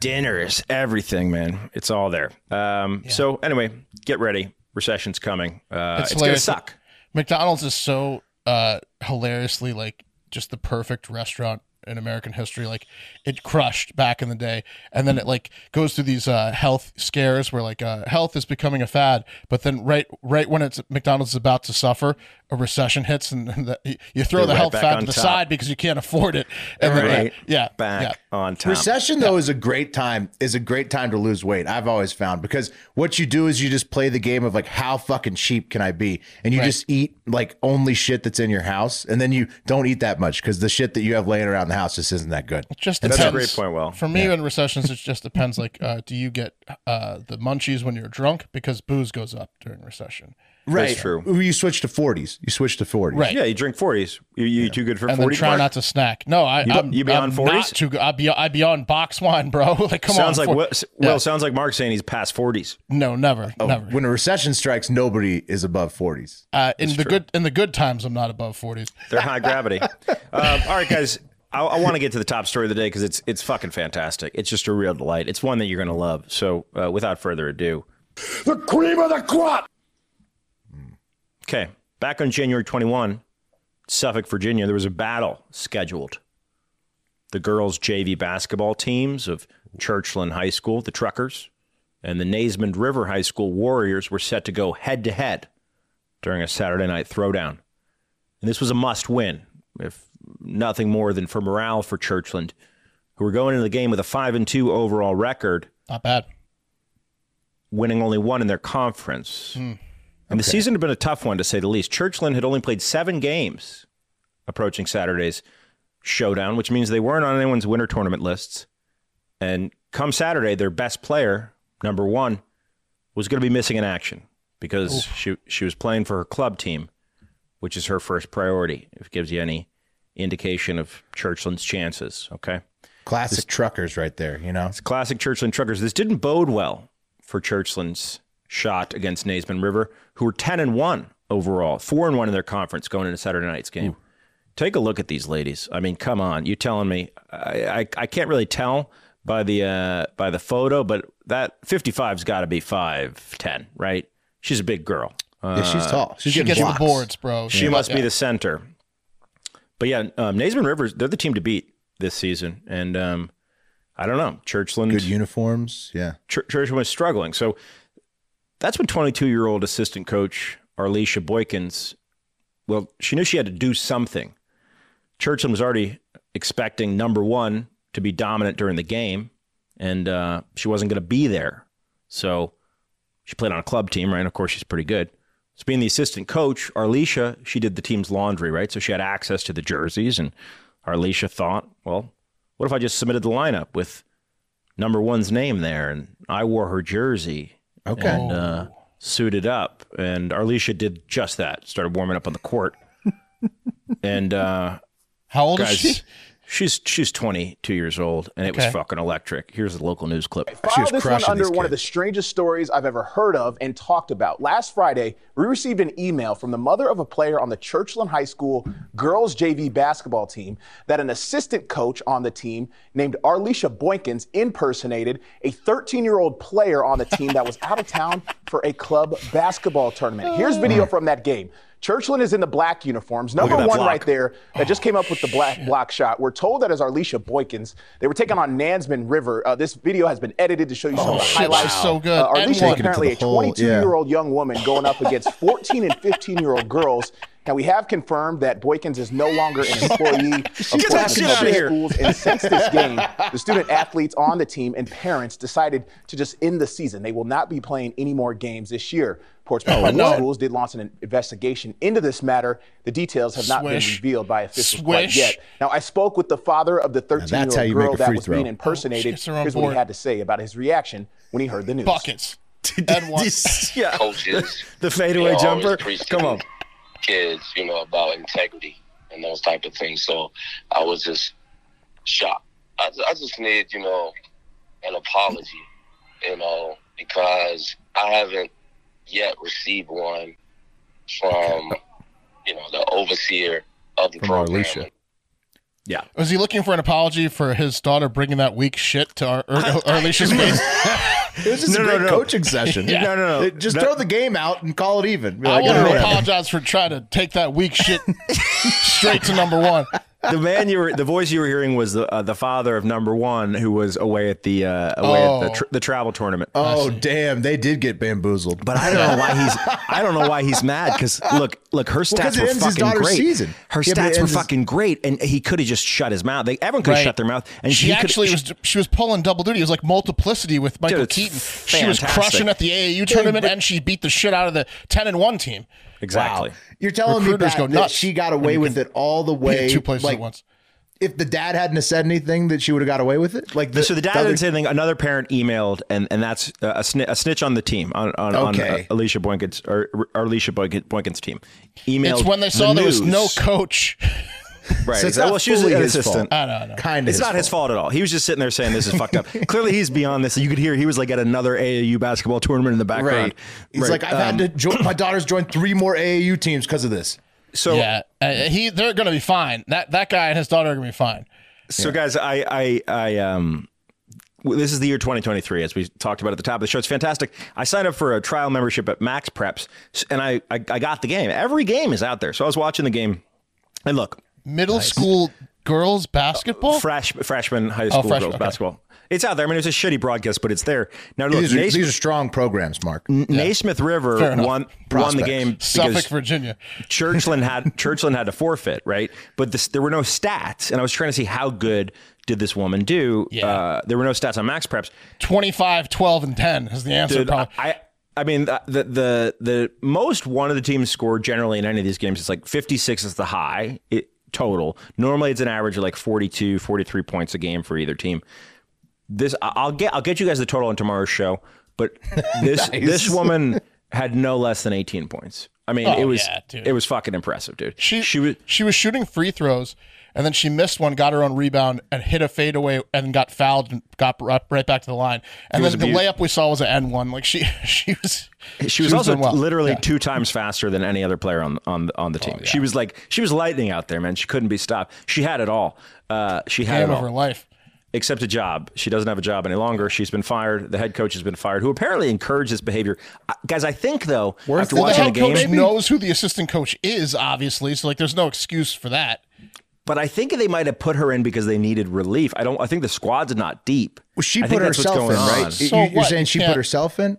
Speaker 3: dinners, everything, man. It's all there. Um, So anyway, get ready. Recession's coming. Uh,
Speaker 2: It's
Speaker 3: it's gonna
Speaker 2: hilarious.
Speaker 3: suck.
Speaker 2: McDonald's is so uh, hilariously like just the perfect restaurant in American history. Like it crushed back in the day, and then it like goes through these uh, health scares where like uh, health is becoming a fad. But then right right when it's McDonald's is about to suffer, a recession hits, and, the, you- you throw
Speaker 3: They're
Speaker 2: the
Speaker 3: right
Speaker 2: health
Speaker 3: back
Speaker 2: fad
Speaker 3: on
Speaker 2: to the
Speaker 3: top.
Speaker 2: side because you can't afford it. And then, uh,
Speaker 3: Right.
Speaker 2: yeah,
Speaker 3: Back
Speaker 2: yeah.
Speaker 3: on top.
Speaker 1: Recession though is a great time is a great time to lose weight. I've always found because what you do is you just play the game of like how fucking cheap can I be, and you just eat like only shit that's in your house, and then you don't eat that much because the shit that you have laying around the house just isn't that good.
Speaker 2: just
Speaker 3: That's
Speaker 2: depends.
Speaker 3: a great point, Will.
Speaker 2: For me, in recessions, it just depends. Like, uh, do you get uh, the munchies when you're drunk because booze goes up during recession?
Speaker 1: Right,
Speaker 3: true.
Speaker 1: You switch to forties. You switch to forties.
Speaker 2: Right.
Speaker 3: Yeah, you drink 40s. You, you too good for
Speaker 2: And
Speaker 3: 40s.
Speaker 2: then try
Speaker 3: Mark?
Speaker 2: not to snack. No, I
Speaker 3: You-
Speaker 2: I'm,
Speaker 3: you be
Speaker 2: I'm
Speaker 3: on 40s?
Speaker 2: not too good. I be I be on box wine, bro. like, come
Speaker 3: sounds
Speaker 2: on.
Speaker 3: like
Speaker 2: for-
Speaker 3: Will, Will, sounds like Mark saying he's past 40s.
Speaker 2: no, never,
Speaker 3: Oh,
Speaker 2: never.
Speaker 1: When a recession strikes, nobody is above forties.
Speaker 2: Uh, in the good in the good times, I'm not above forties.
Speaker 3: They're high gravity. um, all right, guys. I, I want to get to the top story of the day because it's it's fucking fantastic. It's just a real delight. It's one that you're going to love. So, uh, without further ado,
Speaker 4: The cream of the crop.
Speaker 3: okay, back on January 21, Suffolk, Virginia, there was a battle scheduled. The girls' JV basketball teams of Churchland High School, the Truckers, and the Naismond River High School Warriors were set to go head to head during a Saturday night throwdown. And this was a must win, if nothing more than for morale for Churchland, who were going into the game with a 5 and 2 overall record,
Speaker 2: Not bad.
Speaker 3: winning only one in their conference. And the season had been a tough one, to say the least. Churchland had only played seven games approaching Saturday's showdown, which means they weren't on anyone's winter tournament lists. And come Saturday, their best player, number one, was going to be missing in action because she, she was playing for her club team, which is her first priority, if it gives you any indication of Churchland's chances. Okay.
Speaker 1: Classic truckers right there, you know?
Speaker 3: It's classic Churchland Truckers. This didn't bode well for Churchland's shot against Naismith River, who were 10 and 1 overall, 4 and 1 in their conference going into Saturday night's game. Take a look at these ladies. I mean, come on. You telling me I I, I can't really tell by the uh, by the photo, but that 55's got to be 5'10, right? She's a big girl.
Speaker 1: Yeah, she's tall. She's
Speaker 2: She
Speaker 1: getting
Speaker 2: gets
Speaker 1: blocks.
Speaker 2: the boards, bro.
Speaker 3: She must
Speaker 2: yeah.
Speaker 3: be the center. But yeah, um, Naismith Rivers, they're the team to beat this season. And um, I don't know. Churchland
Speaker 1: Good uniforms. Yeah.
Speaker 3: Chur- Churchland was struggling. So that's when 22 year old assistant coach Arlisha Boykins, well, she knew she had to do something. Churchland was already expecting number one to be dominant during the game, and uh, she wasn't going to be there. So she played on a club team, right? And of course, she's pretty good. So being the assistant coach, Arlisha, she did the team's laundry, right? So she had access to the jerseys, and Arlisha thought, well, what if I just submitted the lineup with number one's name there, and I wore her jersey
Speaker 1: Okay.
Speaker 3: and uh, suited up, and Arlisha did just that. Started warming up on the court, and uh,
Speaker 2: How old is she?
Speaker 3: guys, she's she's 22 years old, and it was
Speaker 2: Okay.
Speaker 3: fucking electric. Here's the local news clip.
Speaker 1: She
Speaker 11: File
Speaker 1: was
Speaker 11: this one
Speaker 1: crushing
Speaker 11: under
Speaker 1: these
Speaker 11: one of the
Speaker 1: kids.
Speaker 11: strangest stories I've ever heard of and talked about. Last Friday, we received an email from the mother of a player on the Churchland High School girls JV basketball team that an assistant coach on the team named Arlisha Boykins impersonated a 13 year old player on the team that was out of town for a club basketball tournament. Here's video from that game. Churchland is in the black uniforms. Number
Speaker 3: that
Speaker 11: one
Speaker 3: block.
Speaker 11: right there that just came up with the black block shot. We're told that is Arlisha Boykins. They were taken on Nansman River. Uh, this video has been edited to show you some of the
Speaker 2: shit,
Speaker 11: highlights.
Speaker 2: she's so good.
Speaker 11: Uh,
Speaker 2: And
Speaker 11: Arlisha
Speaker 2: one.
Speaker 11: is apparently a
Speaker 1: Taking it to the hole,
Speaker 11: 22 year old young woman going up against 14 and 15 year old girls. Now we have confirmed that Boykins is no longer an employee of
Speaker 3: Get that
Speaker 11: Pulaski
Speaker 3: shit outta
Speaker 11: Public
Speaker 3: here.
Speaker 11: Schools, and since this game, the student athletes on the team and parents decided to just end the season. They will not be playing any more games this year. Portsmouth
Speaker 3: oh,
Speaker 11: Public Schools did launch an investigation into this matter. The details have not been
Speaker 2: Swish.
Speaker 11: revealed by officials quite
Speaker 2: Swish.
Speaker 11: yet. Now I spoke with the father of the 13
Speaker 1: how
Speaker 11: year old
Speaker 1: you make
Speaker 11: girl
Speaker 1: a
Speaker 11: that
Speaker 1: free
Speaker 11: was
Speaker 1: throw.
Speaker 11: being impersonated.
Speaker 2: Oh, shit, they're on
Speaker 11: Here's what
Speaker 2: board.
Speaker 11: he had to say about his reaction when he heard the news.
Speaker 2: buckets. And one.
Speaker 3: yeah,
Speaker 12: coaches,
Speaker 3: the
Speaker 12: they
Speaker 3: fadeaway
Speaker 12: always
Speaker 3: jumper.
Speaker 12: preach to
Speaker 3: Come on.
Speaker 12: kids, you know, about integrity and those type of things. So I was just shocked. I, ju- I just need, you know, an apology, you know, because I haven't yet received one from, you know, the overseer of the
Speaker 1: From
Speaker 12: program.
Speaker 1: Alicia.
Speaker 3: Yeah.
Speaker 2: Was he looking for an apology for his daughter bringing that weak shit to our er, or, or Alicia's face?
Speaker 1: It was just
Speaker 3: No,
Speaker 1: a
Speaker 3: no,
Speaker 1: great
Speaker 3: no.
Speaker 1: coaching session.
Speaker 3: No, no, no.
Speaker 1: They- Just
Speaker 3: No.
Speaker 1: throw the game out and call it even. Be
Speaker 2: I
Speaker 1: like,
Speaker 2: want
Speaker 1: "All
Speaker 2: to
Speaker 1: right."
Speaker 2: apologize for trying to take that weak shit straight to number one.
Speaker 3: the man you were, the voice you were hearing was the uh, the father of number one, who was away at the uh, away at
Speaker 2: Oh.
Speaker 3: the, tr- the travel tournament.
Speaker 1: Oh damn, they did get bamboozled.
Speaker 3: But I don't know why he's I don't know why he's mad because look look her
Speaker 1: Well, 'cause
Speaker 3: stats
Speaker 1: it
Speaker 3: were
Speaker 1: ends his
Speaker 3: fucking
Speaker 1: daughter's
Speaker 3: great.
Speaker 1: season.
Speaker 3: Her
Speaker 1: Yeah,
Speaker 3: stats
Speaker 1: but it
Speaker 3: were
Speaker 1: ends his-
Speaker 3: fucking great, and he could have just shut his mouth. They everyone could have
Speaker 2: Right.
Speaker 3: shut their mouth, and
Speaker 2: she,
Speaker 3: he coulda-
Speaker 2: actually was she was pulling double duty. It was like multiplicity with Michael
Speaker 3: it's
Speaker 2: Keaton.
Speaker 3: f-
Speaker 2: She was
Speaker 3: fantastic.
Speaker 2: crushing at the AAU tournament
Speaker 1: but-
Speaker 2: and she beat the shit out of the ten and one team.
Speaker 3: exactly.
Speaker 1: You're telling
Speaker 2: Recruiters
Speaker 1: me
Speaker 2: go
Speaker 1: Pat, that
Speaker 2: nuts
Speaker 1: she got away with it all the
Speaker 2: Beat
Speaker 1: way.
Speaker 2: two places
Speaker 1: like,
Speaker 2: at once.
Speaker 1: If the dad hadn't have said anything, that she would have got away with it. Like the,
Speaker 3: so the dad
Speaker 1: other-
Speaker 3: didn't say anything. Another parent emailed, and and that's uh, a, sni- a snitch on the team on on, on uh,
Speaker 1: Okay.
Speaker 3: Alicia Boykins or, or Alicia Boykin- Boykin's team. Emailed.
Speaker 2: It's when they saw
Speaker 3: the
Speaker 2: there was no
Speaker 3: news.
Speaker 2: coach.
Speaker 3: right.
Speaker 1: So it's
Speaker 3: well,
Speaker 1: not
Speaker 3: she was
Speaker 1: fully
Speaker 3: an
Speaker 1: his fault.
Speaker 3: assistant.
Speaker 2: I don't know.
Speaker 1: Kind of.
Speaker 3: It's not his fault at all. He was just sitting there saying this is fucked up. Clearly, he's beyond this. You could hear he was like at another AAU basketball tournament in the background.
Speaker 1: Right. He's like, I've had
Speaker 3: Um,
Speaker 1: to. Jo- my daughter's joined three more AAU teams because of this.
Speaker 3: so
Speaker 2: yeah, uh, he they're gonna be fine. That that guy and his daughter are gonna be fine.
Speaker 3: So, guys, I, I, I, um, w- this is the year 2023, as we talked about at the top of the show. It's fantastic. I signed up for a trial membership at Max Preps, s- and I, I, I got the game. Every game is out there. So I was watching the game, and look,
Speaker 2: Middle school
Speaker 3: Uh,
Speaker 2: girls basketball.
Speaker 3: fresh freshman high
Speaker 2: Oh,
Speaker 3: school
Speaker 2: freshman,
Speaker 3: girls
Speaker 2: okay.
Speaker 3: basketball. It's out there. I mean, it was a shitty broadcast, but it's there. Now, look, Mm,
Speaker 1: These are,
Speaker 3: Naismith,
Speaker 1: these are strong programs, Mark.
Speaker 3: Naismith River
Speaker 1: Fair enough.
Speaker 3: won won the
Speaker 1: Prospects.
Speaker 3: game.
Speaker 2: Suffolk,
Speaker 3: because-
Speaker 2: Virginia.
Speaker 3: Churchland had Churchland had to forfeit, right? But this, there were no stats, and I was trying to see how good did this woman do. Uh, there were no stats on Max Preps.
Speaker 2: 25, 12, and 10 is the answer.
Speaker 3: Dude,
Speaker 2: probably.
Speaker 3: I I mean uh, the, the the the most one of the teams scored generally in any of these games is like 56 is the high it, total. Normally it's an average of like 42, 43 points a game for either team. This I- I'll get I'll get you guys the total on tomorrow's show, but this
Speaker 2: Nice.
Speaker 3: this woman had no less than 18 points. I mean,
Speaker 2: Oh,
Speaker 3: it was
Speaker 2: yeah, dude.
Speaker 3: it was fucking impressive, dude.
Speaker 2: She she was she was shooting free throws, and then she missed one, got her own rebound, and hit a fadeaway, and got fouled, and got right, right back to the line. And
Speaker 3: It was
Speaker 2: then the
Speaker 3: a beaut-
Speaker 2: layup we saw was an N one. Like she she was
Speaker 3: She was, also
Speaker 2: doing well.
Speaker 3: literally
Speaker 2: Yeah.
Speaker 3: two times faster than any other player on on on the team. She was like she was lightning out there, man. She couldn't be stopped. She had it all. Uh, she had
Speaker 2: game
Speaker 3: it
Speaker 2: of
Speaker 3: all.
Speaker 2: her life.
Speaker 3: except a job. She doesn't have a job any longer. She's been fired. The head coach has been fired, who apparently encouraged this behavior. Uh, guys, I think though, after
Speaker 2: Well,
Speaker 3: watching the,
Speaker 2: the head
Speaker 3: game,
Speaker 2: coach knows who the assistant coach is, obviously. So like, there's no excuse for that.
Speaker 3: but I think they might have put her in because they needed relief. I don't. I think the squad's not deep. Well,
Speaker 1: She put herself in, right? You- you're saying she put herself in?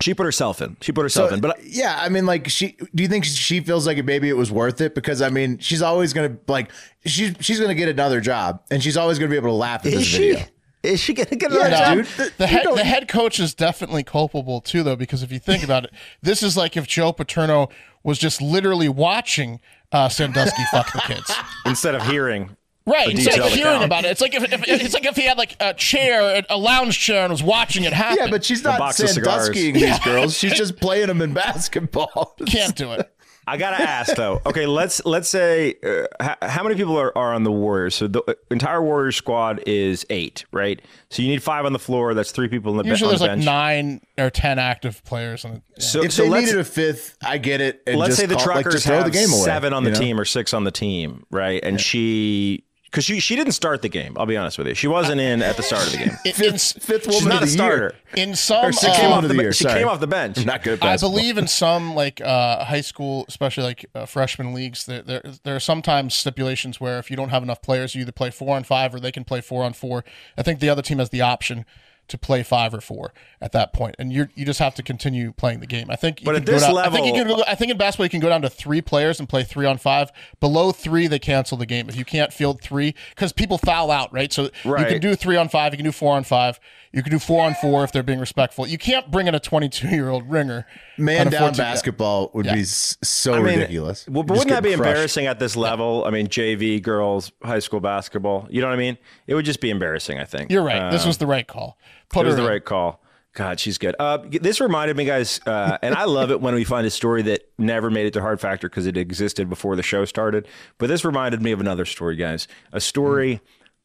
Speaker 3: She put herself in. She put herself in. But I-
Speaker 1: yeah, I mean, like, she. Do you think she feels like maybe it was worth it? Because I mean, she's always gonna like she's she's gonna get another job, and she's always gonna be able to laugh at
Speaker 3: Is
Speaker 1: this
Speaker 3: she?
Speaker 1: video.
Speaker 3: Is she gonna get
Speaker 1: another job?
Speaker 2: dude,
Speaker 1: Dude,
Speaker 2: the,
Speaker 1: th-
Speaker 2: the
Speaker 1: you
Speaker 2: head,
Speaker 1: don't-
Speaker 2: the head coach is definitely culpable too, though, because if you think about it, this is like if Joe Paterno was just literally watching uh, Sandusky fuck the kids.
Speaker 3: instead of hearing,
Speaker 2: Right,
Speaker 3: a
Speaker 2: instead of
Speaker 3: detailed
Speaker 2: hearing
Speaker 3: account.
Speaker 2: about it, it's like if, if it's like if he had like a chair, a lounge chair, and was watching it happen.
Speaker 1: Yeah, but she's not Sanduskying these girls. She's just playing them in basketball.
Speaker 2: Can't do it.
Speaker 3: I gotta ask though. Okay, let's let's say uh, how, how many people are, are on the Warriors? So the uh, entire Warriors squad is eight, right? So you need five on the floor. That's three people in the, be-
Speaker 2: Usually,
Speaker 3: on
Speaker 2: there's like
Speaker 3: the bench.
Speaker 2: nine or ten active players. On it.
Speaker 3: So- If so they let's- needed a
Speaker 1: fifth, I get it.
Speaker 3: let's say the truckers have seven on the
Speaker 1: you know?
Speaker 3: team or six on the team, right? And she, because she she didn't start the game. I'll be honest with you, she wasn't in at the start of the game.
Speaker 2: fifth,
Speaker 1: fifth
Speaker 3: She's not a starter.
Speaker 2: In some,
Speaker 3: Or she
Speaker 2: uh,
Speaker 3: came off the, be- she came off the bench.
Speaker 1: Not good.
Speaker 2: I believe in some like uh, high school, especially like uh, freshman leagues, there, there there are sometimes stipulations where if you don't have enough players, you either play four on five or they can play four on four. I think the other team has the option to play five or four at that point, and you you just have to continue playing the game. I think. You
Speaker 3: But
Speaker 2: can
Speaker 3: at
Speaker 2: go
Speaker 3: this
Speaker 2: down- I think you can
Speaker 3: level-
Speaker 2: go, I think in basketball you can go down to three players and play three on five. Below three, they cancel the game if you can't field three because people foul out, right? So you can
Speaker 3: Right.
Speaker 2: do three on five, you can do four on five, you can do four on four if they're being respectful. You can't bring in a 22 year old ringer. on
Speaker 1: Man
Speaker 2: a
Speaker 1: down
Speaker 2: 14
Speaker 1: basketball would
Speaker 2: Yeah.
Speaker 1: be s- so
Speaker 3: I mean,
Speaker 1: ridiculous.
Speaker 3: Well, but
Speaker 1: Just
Speaker 3: wouldn't that be
Speaker 1: getting crushed.
Speaker 3: embarrassing at this level? I mean, JV girls, high school basketball. You know what I mean? It would just be embarrassing. I think
Speaker 2: You're right. this
Speaker 3: Um,
Speaker 2: was the right call. Put
Speaker 3: it was
Speaker 2: her
Speaker 3: the
Speaker 2: in.
Speaker 3: right call. God, she's good. Uh, this reminded me, guys, uh, and I love it when we find a story that never made it to Hard Factor because it existed before the show started. But this reminded me of another story, guys. A story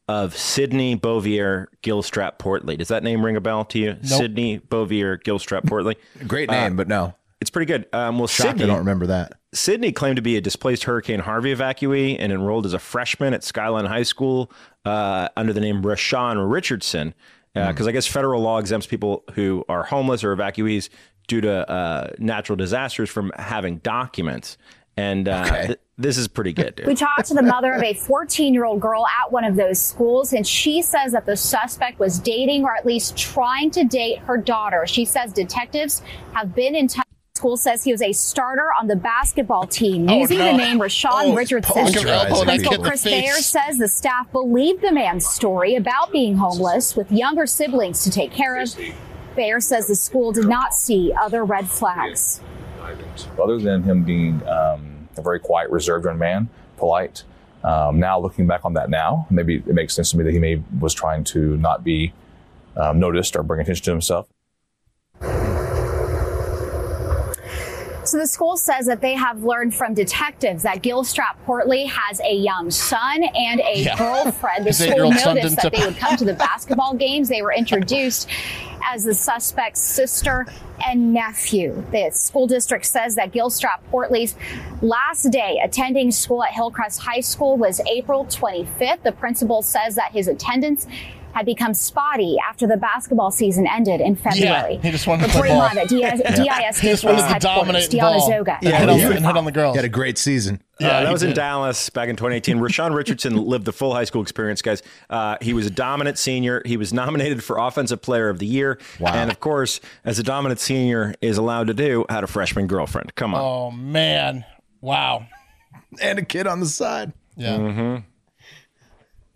Speaker 3: of Sydney Bovier Gilstrap Portley. Does that name ring a bell to you? Sydney Bovier Gilstrap Portley.
Speaker 1: Great name, but no.
Speaker 3: It's pretty good. Um, well,
Speaker 1: Shocked
Speaker 3: uh, Sydney,
Speaker 1: I don't remember that.
Speaker 3: Sydney claimed to be a displaced Hurricane Harvey evacuee and enrolled as a freshman at Skyline High School uh, under the name Rashawn Richardson, because I guess federal law exempts people who are homeless or evacuees due to uh, natural disasters from having documents. And uh, th- this is pretty good, dude.
Speaker 13: We talked to the mother of a 14 year old girl at one of those schools, and she says that the suspect was dating or at least trying to date her daughter. She says detectives have been in touch. School says he was a starter on the basketball team
Speaker 14: Oh,
Speaker 13: using
Speaker 14: no.
Speaker 13: the name Rashawn
Speaker 14: Oh,
Speaker 13: Richardson.
Speaker 14: posterizing
Speaker 13: Principal
Speaker 14: people.
Speaker 13: Chris
Speaker 14: Get the face.
Speaker 13: Thayer says the staff believed the man's story about being homeless with younger siblings to take care of. Thayer says the school did not see other red flags.
Speaker 15: Other than him being um, a very quiet, reserved young man, polite. Um, now looking back on that now, maybe it makes sense to me that he may was trying to not be um, noticed or bring attention to himself.
Speaker 13: So the school says that they have learned from detectives that Gilstrap Portley has a young son and a
Speaker 14: Yeah.
Speaker 13: girlfriend. The
Speaker 14: His
Speaker 13: school
Speaker 14: eight-year-old son
Speaker 13: noticed
Speaker 14: didn't tip-
Speaker 13: that they would come to the basketball games. They were introduced as the suspect's sister and nephew. The school district says that Gilstrap Portley's last day attending school at Hillcrest High School was April 25th. The principal says that his attendance had become spotty after the basketball season ended in February.
Speaker 2: he just wanted to play
Speaker 13: Reporting
Speaker 2: ball.
Speaker 13: live at DIS, DIS
Speaker 2: He just wanted to
Speaker 13: headquarters,
Speaker 2: dominate
Speaker 13: Diana
Speaker 2: ball.
Speaker 13: Zoga.
Speaker 2: Yeah, hit on, and hit on the girls.
Speaker 1: He had a great season.
Speaker 3: Yeah,
Speaker 2: Yeah,
Speaker 3: that
Speaker 2: Uh, he
Speaker 3: was in
Speaker 2: did.
Speaker 3: Dallas back in 2018. Rashawn Richardson lived the full high school experience, guys. Uh, he was a dominant senior. He was nominated for Offensive Player of the Year. And of course, as a dominant senior is allowed to do, had a freshman girlfriend. Come on.
Speaker 2: Oh man! Wow.
Speaker 1: And a kid on the side.
Speaker 2: Yeah.
Speaker 3: Mhm.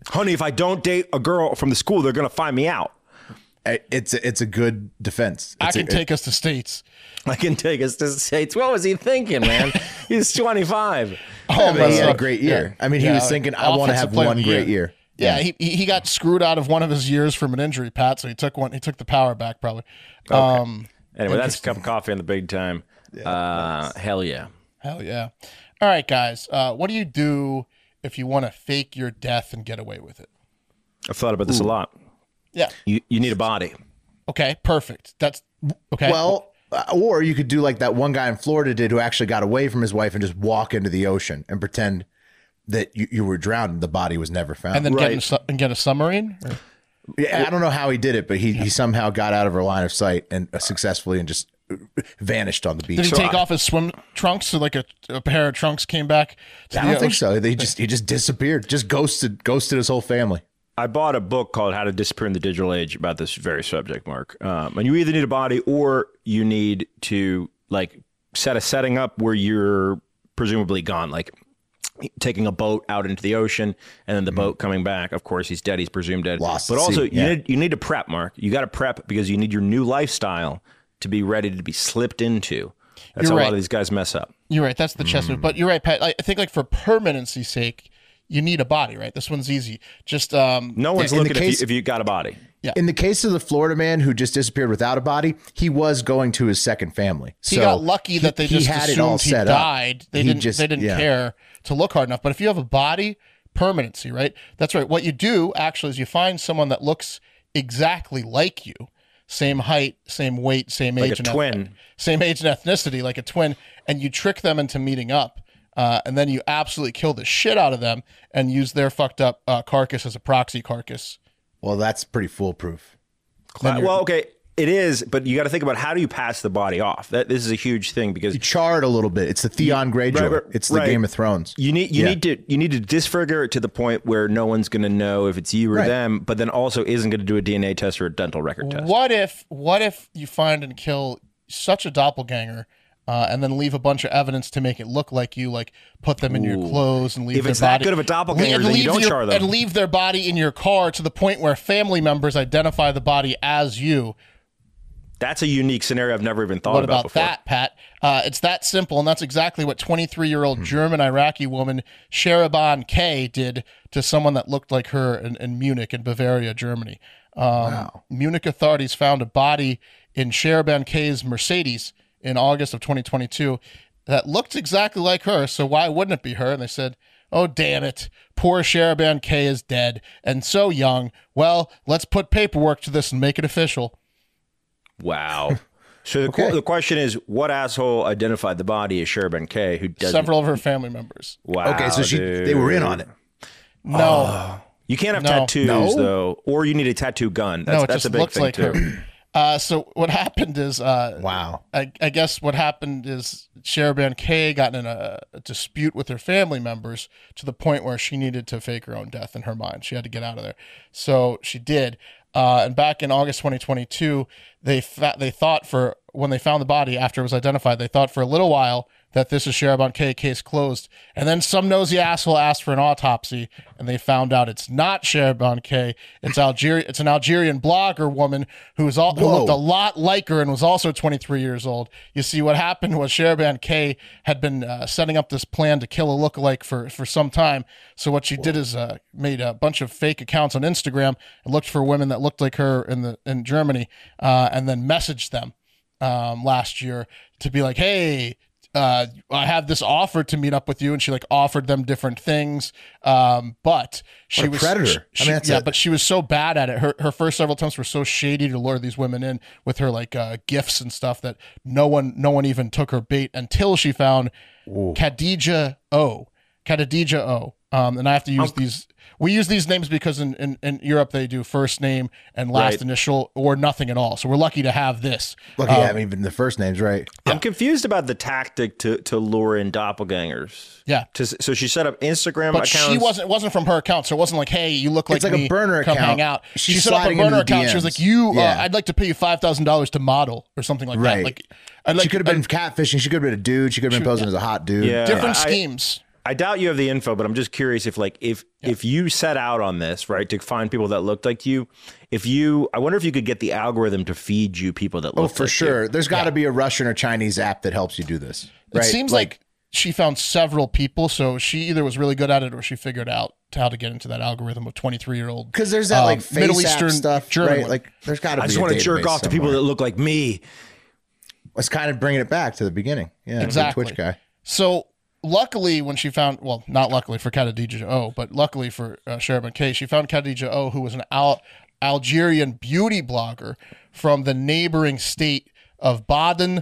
Speaker 3: Honey, if I don't date a girl from the school, they're going to find me out.
Speaker 1: It's a, it's a good defense.
Speaker 2: I
Speaker 3: It's
Speaker 2: can
Speaker 3: a-
Speaker 2: take us to states.
Speaker 3: I can take us to the states. What was he thinking, man? He's 25.
Speaker 2: Oh,
Speaker 1: Yeah, but he
Speaker 2: man.
Speaker 1: had a great year. I mean, he
Speaker 2: Yeah,
Speaker 1: was thinking, I want to
Speaker 2: offensive
Speaker 1: have
Speaker 2: player of
Speaker 1: one
Speaker 2: the
Speaker 1: great year.
Speaker 2: Yeah, He, he he got screwed out of one of his years from an injury, Pat. So he took one. He took the power back, probably. Um,
Speaker 3: Anyway, that's a cup of coffee in the big time. uh, Hell yeah.
Speaker 2: hell yeah! All right, guys. Uh, what do you do if you want to fake your death and get away with it?
Speaker 3: I've thought about this a lot.
Speaker 2: Yeah.
Speaker 3: You, you need a body.
Speaker 2: Okay, perfect. That's okay.
Speaker 1: Well, uh, or you could do like that one guy in Florida did who actually got away from his wife and just walk into the ocean and pretend that you, you were drowned and the body was never found.
Speaker 2: and then get in a, su- and get a submarine. Or-
Speaker 1: Yeah, I don't know how he did it, but he, he somehow got out of her line of sight and uh, successfully and just uh, vanished on the beach.
Speaker 2: Did he
Speaker 1: So
Speaker 2: take
Speaker 1: I-
Speaker 2: off his swim trunks? So like a, a pair of trunks came back. to
Speaker 1: I
Speaker 2: the
Speaker 1: don't think
Speaker 2: ocean?
Speaker 1: so. He just he just disappeared, just ghosted ghosted his whole family.
Speaker 3: I bought a book called How to Disappear in the Digital Age about this very subject, Mark. Um, and you either need a body or you need to like set a setting up where you're presumably gone, like taking a boat out into the ocean and then the boat coming back. Of course, he's dead. He's presumed dead.
Speaker 1: Mm-hmm. Lost
Speaker 3: but
Speaker 1: at
Speaker 3: also,
Speaker 1: sea, yeah.
Speaker 3: you need you need to prep, Mark. You got to prep because you need your new lifestyle to be ready to be slipped into. That's
Speaker 2: You're
Speaker 3: how a
Speaker 2: right.
Speaker 3: lot of these guys mess up.
Speaker 2: You're right. That's the chess
Speaker 1: Mm.
Speaker 2: move. But you're right, Pat. I I think like for permanency's sake, you need a body, right? This one's easy. Just um,
Speaker 3: No one's
Speaker 1: in the
Speaker 3: looking if,
Speaker 1: case-
Speaker 3: you, if you got a body.
Speaker 1: In the case of the Florida man who just disappeared without a body, he was going to his second family.
Speaker 2: He
Speaker 1: So
Speaker 2: got lucky that they
Speaker 1: he- he
Speaker 2: just
Speaker 1: had it all
Speaker 2: assumed he
Speaker 1: set up.
Speaker 2: died. They
Speaker 1: He
Speaker 2: didn't.
Speaker 1: just-
Speaker 2: they didn't
Speaker 1: yeah.
Speaker 2: care to look hard enough. But if you have a body, permanency, right? That's right. What you do actually is you find someone that looks exactly like you, same height, same weight, same
Speaker 3: Like
Speaker 2: age,
Speaker 3: a
Speaker 2: and eth-
Speaker 3: twin.
Speaker 2: same age and ethnicity, like a twin, and you trick them into meeting up. Uh, and then you absolutely kill the shit out of them and use their fucked up uh, carcass as a proxy carcass.
Speaker 1: Well, that's pretty foolproof.
Speaker 3: Uh, well, okay, it is, but you got to think about how do you pass the body off. That this is a huge thing because
Speaker 1: You charred a little bit. It's the Theon Greyjoy.
Speaker 3: Right, right,
Speaker 1: it's the
Speaker 3: right.
Speaker 1: Game of Thrones.
Speaker 3: You need you
Speaker 1: Yeah.
Speaker 3: need to you need to disfigure it to the point where no one's going to know if it's you or
Speaker 1: Right.
Speaker 3: them, but then also isn't going to do a DNA test or a dental record test.
Speaker 2: What if what if you find and kill such a doppelganger uh, and then leave a bunch of evidence to make it look like you, like put them in your
Speaker 3: Ooh.
Speaker 2: clothes and leave
Speaker 3: If
Speaker 2: their
Speaker 3: it's that
Speaker 2: body-
Speaker 3: good of a doppelganger,
Speaker 2: and
Speaker 3: then you don't
Speaker 2: your-
Speaker 3: char them.
Speaker 2: and leave their body in your car to the point where family members identify the body as you.
Speaker 3: That's a unique scenario I've never even thought
Speaker 2: what
Speaker 3: about,
Speaker 2: about,
Speaker 3: before.
Speaker 2: that, Pat? Uh, it's that simple, and that's exactly what 23 year
Speaker 3: Hmm.
Speaker 2: old German Iraqi woman Sheraban K did to someone that looked like her in, in Munich, in Bavaria, Germany. Um, Munich authorities found a body in Sheraban K's Mercedes in August of 2022 that looked exactly like her, so why wouldn't it be her? And they said, Oh, damn it. Poor Sheraban K is dead and so young. Well, let's put paperwork to this and make it official.
Speaker 3: Wow. So the, qu- the question is, what asshole identified the body as Sherban K? Who doesn't?
Speaker 2: Several of her family members.
Speaker 3: Wow.
Speaker 1: Okay, so she- they were in on it.
Speaker 3: Oh.
Speaker 2: No.
Speaker 3: You can't have
Speaker 2: No.
Speaker 3: tattoos
Speaker 2: No.
Speaker 3: though, or you need a tattoo gun. That's
Speaker 2: no, it
Speaker 3: that's
Speaker 2: just
Speaker 3: a big
Speaker 2: looks
Speaker 3: thing
Speaker 2: like
Speaker 3: too.
Speaker 2: her. Uh, so what happened is, uh,
Speaker 1: wow.
Speaker 2: I, I guess what happened is Sheraban K got in a, a dispute with her family members to the point where she needed to fake her own death in her mind. She had to get out of there, so she did. Uh, and back in August 2022, they fa- they thought for when they found the body after it was identified, they thought for a little while that this is Sheraban K case closed. And then some nosy asshole asked for an autopsy, and they found out it's not Sheraban K. It's Algeria. It's an Algerian blogger woman who was all who
Speaker 1: Whoa.
Speaker 2: looked a lot like her and was also 23 years old. You see, what happened was Sheraban K had been uh, setting up this plan to kill a lookalike for for some time. So what she did is uh, made a bunch of fake accounts on Instagram and looked for women that looked like her in the in Germany, uh, and then messaged them um, last year to be like, hey, uh, I have this offer to meet up with you, and she like offered them different things. Um, but she
Speaker 1: a
Speaker 2: was
Speaker 1: predator.
Speaker 2: she-
Speaker 1: I mean, that's
Speaker 2: yeah,
Speaker 1: a-
Speaker 2: but she was so bad at it. Her her first several attempts were so shady to lure these women in with her like uh, gifts and stuff that no one no one even took her bait until she found Khadija O. Khadija O. Um, and I have to use these. We use these names because in, in, in Europe they do first name and last
Speaker 1: Right.
Speaker 2: initial or nothing at all. So we're lucky to have this.
Speaker 1: Lucky
Speaker 2: Um,
Speaker 1: I mean, even the first names, right?
Speaker 3: I'm confused about the tactic to to lure in doppelgangers.
Speaker 2: Yeah.
Speaker 3: To, s- so she set up Instagram
Speaker 2: But
Speaker 3: accounts.
Speaker 2: she wasn't. It wasn't from her account, so it wasn't like, "Hey, you look like
Speaker 1: It's like a
Speaker 2: me,
Speaker 1: burner
Speaker 2: come
Speaker 1: account.
Speaker 2: Hang out." She
Speaker 1: She's
Speaker 2: set up a
Speaker 1: sliding into
Speaker 2: burner
Speaker 1: the
Speaker 2: account. She was
Speaker 1: DMs.
Speaker 2: like, "You,
Speaker 1: Yeah.
Speaker 2: uh, I'd like to pay you five thousand dollars to model or something like that."
Speaker 1: Right.
Speaker 2: Like, I'd like
Speaker 1: she could have been catfishing. She could have been a dude. She could have
Speaker 2: She-
Speaker 1: been posing as a hot dude.
Speaker 2: different schemes.
Speaker 3: I doubt you have the info, but I'm just curious if like if if you set out on this, right, to find people that looked like you, if you I wonder if you could get the algorithm to feed you people that
Speaker 1: Oh,
Speaker 3: look
Speaker 1: for
Speaker 3: like you.
Speaker 1: sure. There's got to be a Russian or Chinese app that helps you do this.
Speaker 2: It
Speaker 1: Right?
Speaker 2: seems like, she found several people, so she either was really good at it or she figured out how to get into that algorithm of twenty-three-year-old.
Speaker 1: because there's that like face
Speaker 2: Uh, Middle
Speaker 1: app
Speaker 2: Eastern
Speaker 1: stuff,
Speaker 2: German
Speaker 1: right?
Speaker 2: one.
Speaker 1: Like there's got to.
Speaker 3: I
Speaker 1: be
Speaker 3: just
Speaker 1: a
Speaker 3: want to jerk
Speaker 1: database
Speaker 3: off to people
Speaker 1: somewhere.
Speaker 3: that look like me.
Speaker 1: It's kind of bringing it back to the beginning. Yeah, the
Speaker 2: Exactly.
Speaker 1: Twitch guy.
Speaker 2: So luckily, when she found, well, not luckily for Khadija O, but luckily for uh, Sheridan K, she found Khadija O, who was an Al- Algerian beauty blogger from the neighboring state of Baden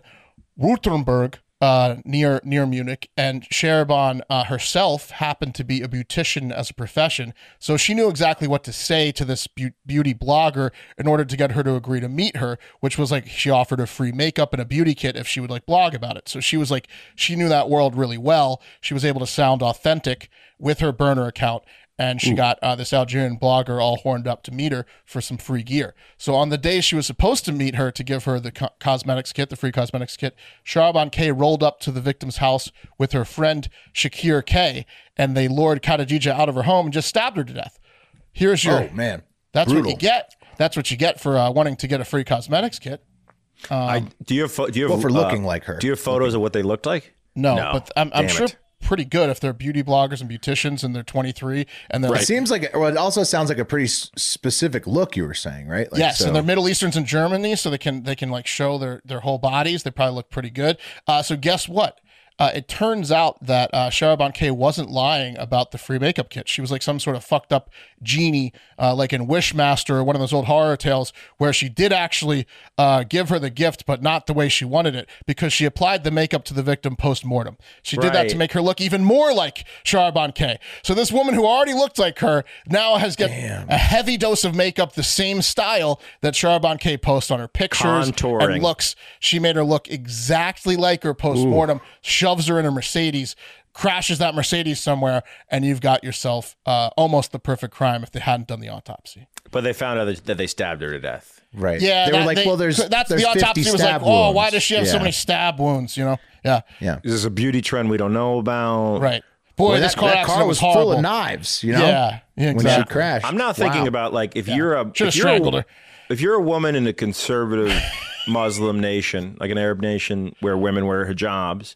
Speaker 2: Württemberg. Uh, near near Munich, and Cheribon uh, herself happened to be a beautician as a profession, so she knew exactly what to say to this beau- beauty blogger in order to get her to agree to meet her, which was like she offered her free makeup and a beauty kit if she would like blog about it. So she was like, she knew that world really well. She was able to sound authentic with her burner account. And she got uh, this Algerian blogger all horned up to meet her for some free gear. So on the day she was supposed to meet her to give her the co- cosmetics kit, the free cosmetics kit, Sharaban K rolled up to the victim's house with her friend Shakir K, and they lured Khadija out of her home and just stabbed her to death. Here's your
Speaker 1: Oh man,
Speaker 2: that's what
Speaker 1: Brutal.
Speaker 2: you get. That's what you get for uh, wanting to get a free cosmetics kit. Um,
Speaker 3: I do you have pho- do you have
Speaker 1: Well, for
Speaker 3: uh,
Speaker 1: looking like her.
Speaker 3: Do you have photos of what they looked like?
Speaker 2: no, but I'm, I'm
Speaker 3: Damn
Speaker 2: sure
Speaker 3: it.
Speaker 2: pretty good if they're beauty bloggers and beauticians and they're 23 and they're
Speaker 1: It seems like. Well, it also sounds like a pretty s- specific look you were saying, right? Like,
Speaker 2: yes,
Speaker 1: so-
Speaker 2: and they're Middle Easterns in Germany, so they can they can like show their their whole bodies. They probably look pretty good. Uh, so guess what? Uh, it turns out that uh, Sharaban K wasn't lying about the free makeup kit. She was like some sort of fucked up genie, uh, like in Wishmaster or one of those old horror tales, where she did actually uh, give her the gift, but not the way she wanted it, because she applied the makeup to the victim post mortem. She did that to
Speaker 3: Right.
Speaker 2: make her look even more like Sharaban K. So this woman who already looked like her now has got a heavy dose of makeup, the same style that Sharaban K posts on her pictures
Speaker 3: Contouring.
Speaker 2: and looks. She made her look exactly like her post mortem. Shoves her in a Mercedes, crashes that Mercedes somewhere, and you've got yourself uh, almost the perfect crime if they hadn't done the autopsy.
Speaker 3: But they found out that- that they stabbed her to death.
Speaker 1: Right.
Speaker 2: Yeah,
Speaker 1: They were
Speaker 2: that-
Speaker 1: like, well, there's
Speaker 2: that's
Speaker 1: there's
Speaker 2: the
Speaker 1: 50
Speaker 2: autopsy was like,
Speaker 1: stab
Speaker 2: oh, why
Speaker 1: wounds."
Speaker 2: does she have so
Speaker 1: Yeah.
Speaker 2: many stab wounds? You know, yeah,
Speaker 1: Yeah.
Speaker 3: This is a beauty trend we don't know about.
Speaker 2: right. Boy,
Speaker 1: Boy,
Speaker 2: this
Speaker 1: that-
Speaker 2: car,
Speaker 1: that
Speaker 2: accident
Speaker 1: car
Speaker 2: was
Speaker 1: was full of
Speaker 2: horrible.
Speaker 1: knives, you know?
Speaker 2: Yeah, yeah
Speaker 1: When she
Speaker 2: exactly.
Speaker 1: crashed.
Speaker 3: I'm not thinking
Speaker 1: Wow.
Speaker 3: about like if you're a
Speaker 2: Should've
Speaker 3: if you're
Speaker 2: strangled
Speaker 3: a,
Speaker 2: her.
Speaker 3: If you're a woman in a conservative Muslim nation, like an Arab nation where women wear hijabs,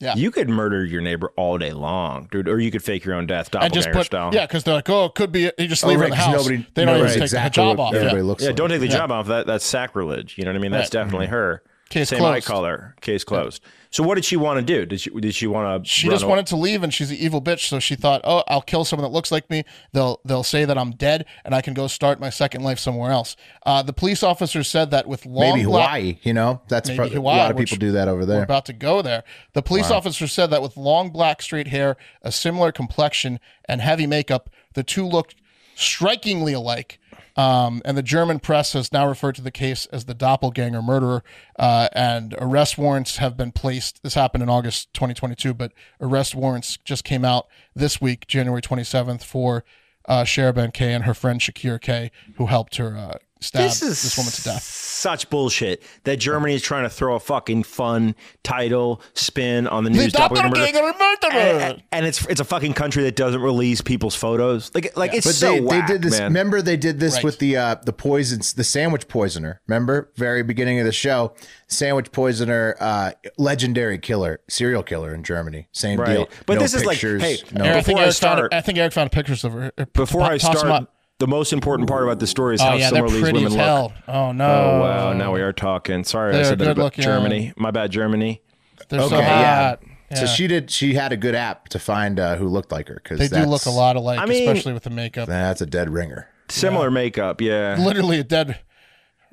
Speaker 2: Yeah.
Speaker 3: you could murder your neighbor all day long, dude, or you could fake your own death,
Speaker 2: and
Speaker 3: doppelganger
Speaker 2: just put
Speaker 3: style.
Speaker 2: yeah, because they're like, oh, it could be. You just
Speaker 1: Oh,
Speaker 2: leave her in
Speaker 1: right,
Speaker 2: the
Speaker 1: 'cause
Speaker 2: house.
Speaker 1: nobody
Speaker 2: they don't even
Speaker 1: knows
Speaker 2: take
Speaker 1: exactly
Speaker 2: the hijab
Speaker 1: what
Speaker 2: off.
Speaker 1: everybody
Speaker 2: yeah.
Speaker 1: looks
Speaker 3: yeah,
Speaker 1: like.
Speaker 3: don't take the
Speaker 2: Yeah.
Speaker 3: job off. That that's sacrilege. You know what I mean? That's
Speaker 2: Right. Mm-hmm.
Speaker 3: definitely her.
Speaker 2: Case
Speaker 3: Same eye
Speaker 2: closed.
Speaker 3: color. Case closed. So what did she want to do? Did she did she want to?
Speaker 2: She just wanted to leave, and she's an evil bitch. So she thought, "Oh, I'll kill someone that looks like me. They'll they'll say that I'm dead, and I can go start my second life somewhere else." Uh, the police officer said that with long
Speaker 1: Maybe
Speaker 2: black-
Speaker 1: Hawaii, you know? That's
Speaker 2: Maybe
Speaker 1: probably
Speaker 2: Hawaii,
Speaker 1: a lot of
Speaker 2: which
Speaker 1: people do that over
Speaker 2: We're
Speaker 1: there.
Speaker 2: about to go there. The police
Speaker 1: Wow.
Speaker 2: officer said that with long black straight hair, a similar complexion, and heavy makeup, the two looked strikingly alike. Um, and the German press has now referred to the case as the doppelganger murderer, uh, and arrest warrants have been placed. This happened in August 2022, but arrest warrants just came out this week, January 27th, for uh, Sheraban K and her friend Shakir K, who helped her uh, stab
Speaker 3: This
Speaker 2: this,
Speaker 3: is
Speaker 2: woman to death.
Speaker 3: Such bullshit that Germany is trying to throw a fucking fun title spin on the news. doppelganger murder. And, and it's it's a fucking country that doesn't release people's photos. Like like it's
Speaker 1: but
Speaker 3: so
Speaker 1: they,
Speaker 3: whack,
Speaker 1: they did this.
Speaker 3: man.
Speaker 1: Remember, they did this
Speaker 3: Right.
Speaker 1: with the uh, the poisons, the sandwich poisoner. Remember, very beginning of the show, sandwich poisoner, uh, legendary killer, serial killer in Germany. Same
Speaker 3: Right.
Speaker 1: deal.
Speaker 3: But
Speaker 1: No
Speaker 3: this is like,
Speaker 1: pictures,
Speaker 3: hey,
Speaker 1: no-
Speaker 2: Eric, I think
Speaker 3: Before I
Speaker 2: Eric
Speaker 3: start-
Speaker 2: found, I think Eric found pictures of her.
Speaker 3: Before
Speaker 2: Toss
Speaker 3: I
Speaker 2: 'em
Speaker 3: start,
Speaker 2: up.
Speaker 3: the most important part about the story is
Speaker 2: Oh,
Speaker 3: how
Speaker 2: yeah, they're
Speaker 3: similar these
Speaker 2: pretty
Speaker 3: women
Speaker 2: as hell.
Speaker 3: look.
Speaker 2: Oh, no.
Speaker 3: Oh wow, now we are talking. Sorry, I
Speaker 2: They're
Speaker 3: said that
Speaker 2: good
Speaker 3: about
Speaker 2: looking. uh,
Speaker 3: Germany. My bad, Germany.
Speaker 2: They're so hot.
Speaker 1: So
Speaker 2: Yeah.
Speaker 1: she did. She had a good app to find uh, who looked like her because
Speaker 2: They do look a lot alike, I mean- especially with the makeup.
Speaker 1: That's a dead ringer.
Speaker 3: Similar makeup, yeah.
Speaker 2: Literally a dead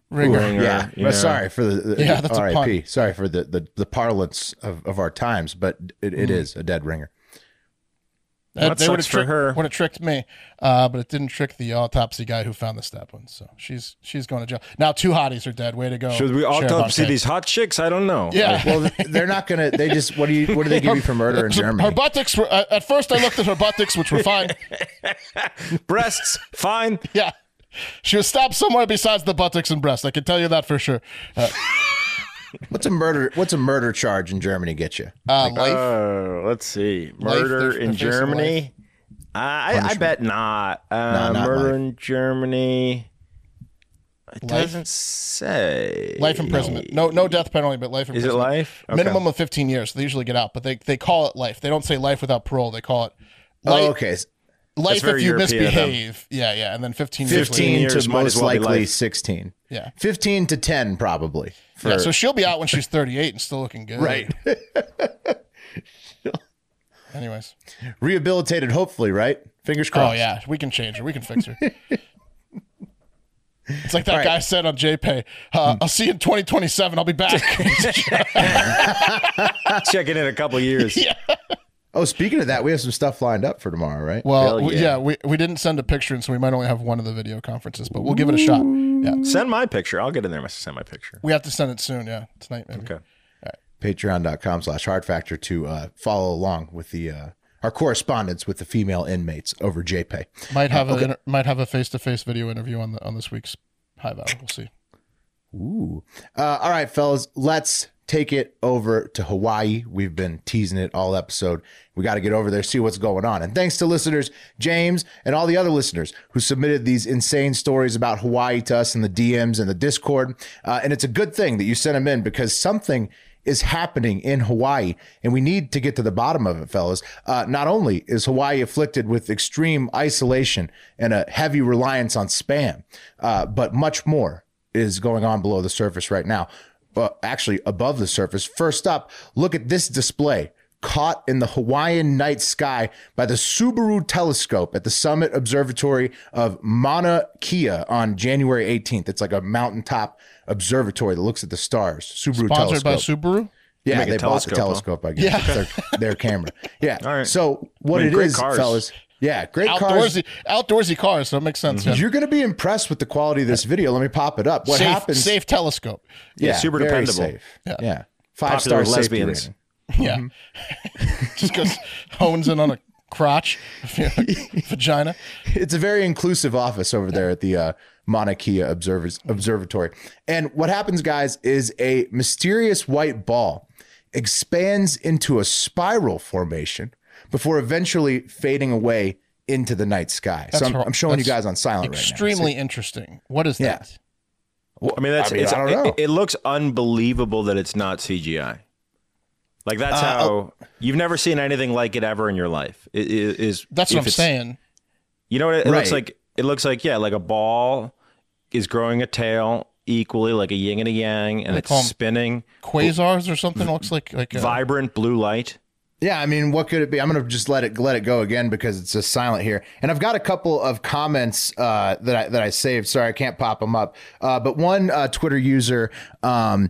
Speaker 2: ringer.
Speaker 1: Yeah. But Sorry for the, the
Speaker 2: yeah, that's a pun.
Speaker 1: R.I.P. Sorry for the, the, the parlance of, of our times, but it, it
Speaker 3: Mm.
Speaker 2: Mhm.
Speaker 1: is a dead ringer.
Speaker 2: That,
Speaker 1: That
Speaker 2: they would
Speaker 1: sucks
Speaker 2: have
Speaker 1: for
Speaker 2: tricked,
Speaker 1: her.
Speaker 2: Would have tricked me, uh, but it didn't trick the autopsy guy who found the stab wound. So she's she's going to jail now. Two hotties are dead. Way to go.
Speaker 3: Should we
Speaker 2: Sheriff
Speaker 3: autopsy
Speaker 2: Arquette.
Speaker 3: these hot chicks? I don't know.
Speaker 2: Yeah.
Speaker 3: Like,
Speaker 1: well, they're not gonna. They just what do you what do they give you for murder in Germany?
Speaker 2: Her buttocks were. Uh, at first, I looked at her buttocks, which were fine.
Speaker 3: Breasts, fine.
Speaker 2: Yeah, she was stabbed somewhere besides the buttocks and breasts. I can tell you that for sure. Uh,
Speaker 1: What's a murder? What's a murder charge in Germany get you?
Speaker 2: Uh, life.
Speaker 3: Oh, let's see.
Speaker 1: Life,
Speaker 3: Murder
Speaker 1: they're-
Speaker 3: in
Speaker 1: they're facing life.
Speaker 3: Germany? Uh, I, I
Speaker 1: Punishment.
Speaker 3: bet not. Uh,
Speaker 1: No, not
Speaker 3: murder in Germany. It
Speaker 2: Life?
Speaker 3: doesn't say.
Speaker 1: Eh,
Speaker 2: life imprisonment. No, no death penalty, but life
Speaker 3: Is it
Speaker 2: imprisonment.
Speaker 3: life? Okay.
Speaker 2: Minimum of fifteen years. They usually get out, but they they call it life. They don't say life without parole. They call it.
Speaker 1: Oh,
Speaker 2: Life,
Speaker 1: okay.
Speaker 2: Life
Speaker 1: That's very
Speaker 2: if you
Speaker 1: European of them.
Speaker 2: misbehave. Yeah, yeah, and then fifteen. years later.
Speaker 1: Fifteen to
Speaker 3: might as
Speaker 1: most
Speaker 3: well be
Speaker 1: likely
Speaker 3: life.
Speaker 1: sixteen.
Speaker 2: Yeah.
Speaker 1: fifteen to ten probably.
Speaker 2: yeah,
Speaker 1: for-
Speaker 2: so she'll be out when she's 38 and still looking good.
Speaker 1: Right.
Speaker 2: Anyways.
Speaker 1: rehabilitated, hopefully, right? Fingers crossed.
Speaker 2: Oh, yeah. We can change her. We can fix her. it's like that
Speaker 1: All right. Hmm.
Speaker 2: guy said on JPay uh, I'll see you in 2027. I'll be back.
Speaker 3: Checking in a couple years.
Speaker 2: yeah.
Speaker 1: Oh, speaking of that, we have some stuff lined up for tomorrow, right?
Speaker 2: Well, we- yeah, we, we didn't send a picture, and so we might only have one of the video conferences, but we'll give it a shot. Yeah.
Speaker 3: Send my picture. I'll get in there. and Send my picture.
Speaker 2: We have to send it soon. Yeah. Tonight, maybe.
Speaker 3: Okay.
Speaker 1: patreon.com slash hard factor to uh, follow along with the uh, our correspondence with the female inmates over JPay.
Speaker 2: Might have
Speaker 1: Uh,
Speaker 2: a
Speaker 1: okay.
Speaker 2: inter- might have a face to face video interview on the on this week's High Value. We'll see.
Speaker 1: Ooh. Uh, all right, fellas, let's take it over to Hawaii. We've been teasing it all episode. We got to get over there, see what's going on. And thanks to listeners James and all the other listeners who submitted these insane stories about Hawaii to us in the DMs and the Discord. Uh, and it's a good thing that you sent them in because something is happening in Hawaii, and we need to get to the bottom of it, fellas. Uh, not only is Hawaii afflicted with extreme isolation and a heavy reliance on spam, uh, but much more is going on below the surface right now. But actually, above the surface. First up, look at this display caught in the Hawaiian night sky by the Subaru telescope at the Summit Observatory of Mauna Kea on January 18th. It's like a mountaintop observatory that looks at the stars. Subaru
Speaker 2: Sponsored
Speaker 1: telescope.
Speaker 2: by Subaru?
Speaker 1: Yeah,
Speaker 3: Make a
Speaker 1: they bought the
Speaker 3: telescope,
Speaker 1: telescope,
Speaker 3: huh?
Speaker 1: I guess.
Speaker 2: Yeah.
Speaker 1: It's their, their camera. Yeah.
Speaker 3: All right.
Speaker 1: So what
Speaker 3: I mean,
Speaker 1: it
Speaker 3: great
Speaker 1: is,
Speaker 3: cars.
Speaker 1: fellas. Yeah, great cars.
Speaker 2: Outdoorsy, outdoorsy cars, so it makes sense. yeah.
Speaker 1: You're going to be impressed with the quality of this video. Let me pop it up. What
Speaker 2: safe,
Speaker 1: happens?
Speaker 2: Safe telescope.
Speaker 1: Yeah,
Speaker 3: super
Speaker 1: very
Speaker 3: dependable.
Speaker 1: safe.
Speaker 2: Yeah.
Speaker 1: Yeah, five star
Speaker 3: Popular lesbians.
Speaker 1: lesbians.
Speaker 2: Yeah.
Speaker 1: Mm-hmm.
Speaker 2: Just goes hones in on a crotch, vagina.
Speaker 1: It's a very inclusive office over there at the uh, Mauna Kea Observers Observatory. And what happens, guys, is a mysterious white ball expands into a spiral formation before eventually fading away into the night sky.
Speaker 2: That's
Speaker 1: so I'm,
Speaker 2: hor-
Speaker 1: I'm showing you
Speaker 2: that's
Speaker 1: guys on silent right now.
Speaker 2: Extremely interesting. What is
Speaker 1: Yeah.
Speaker 2: that?
Speaker 3: I mean, that's
Speaker 1: I mean,
Speaker 3: it's,
Speaker 1: I don't know.
Speaker 3: It, it looks unbelievable that it's not CGI. Like that's
Speaker 2: Uh,
Speaker 3: how you've never seen anything like it ever in your life. It, it, is
Speaker 2: That's
Speaker 3: if
Speaker 2: what I'm
Speaker 3: it's-
Speaker 2: saying.
Speaker 3: You know what it, it looks
Speaker 1: Right.
Speaker 3: like? It looks like yeah, like a ball is growing a tail equally, like a yin and a yang, and
Speaker 2: They
Speaker 3: it's
Speaker 2: call 'em
Speaker 3: spinning.
Speaker 2: Quasars or something looks like like uh, a,
Speaker 3: vibrant blue light.
Speaker 1: Yeah, I mean, what could it be? I'm gonna just let it let it go again because it's just silent here. And I've got a couple of comments uh, that I, that I saved. Sorry, I can't pop them up. Uh, but one uh, Twitter user. Um,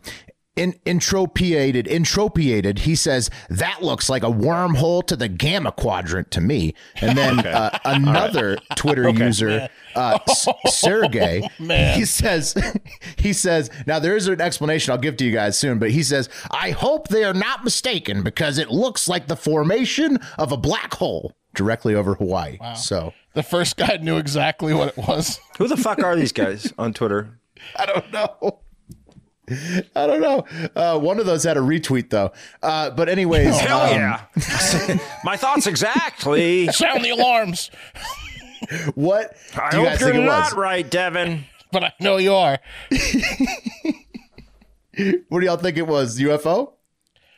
Speaker 1: in, entropiated, entropiated. He says that looks like a wormhole to the gamma quadrant to me. And then
Speaker 3: Okay.
Speaker 1: uh, another Twitter
Speaker 3: Okay. Oh,
Speaker 1: user, uh, S- Sergey,
Speaker 2: man.
Speaker 1: he says, he says. Now there is an explanation I'll give to you guys soon, but he says, I hope they are not mistaken because it looks like the formation of a black hole directly over Hawaii. So
Speaker 2: the first guy knew exactly what it was.
Speaker 3: Who the fuck are these guys on Twitter?
Speaker 1: I don't know. I don't know. Uh, one of those had a retweet though. Uh, but anyways,
Speaker 3: Hell
Speaker 1: um,
Speaker 3: yeah! My thoughts exactly.
Speaker 2: Sound the alarms.
Speaker 1: What
Speaker 3: I
Speaker 1: do you
Speaker 3: hope
Speaker 1: guys
Speaker 3: you're
Speaker 1: think it
Speaker 3: not
Speaker 1: was?
Speaker 3: right, Devin.
Speaker 2: But I know you are.
Speaker 1: What do y'all think it was? UFO?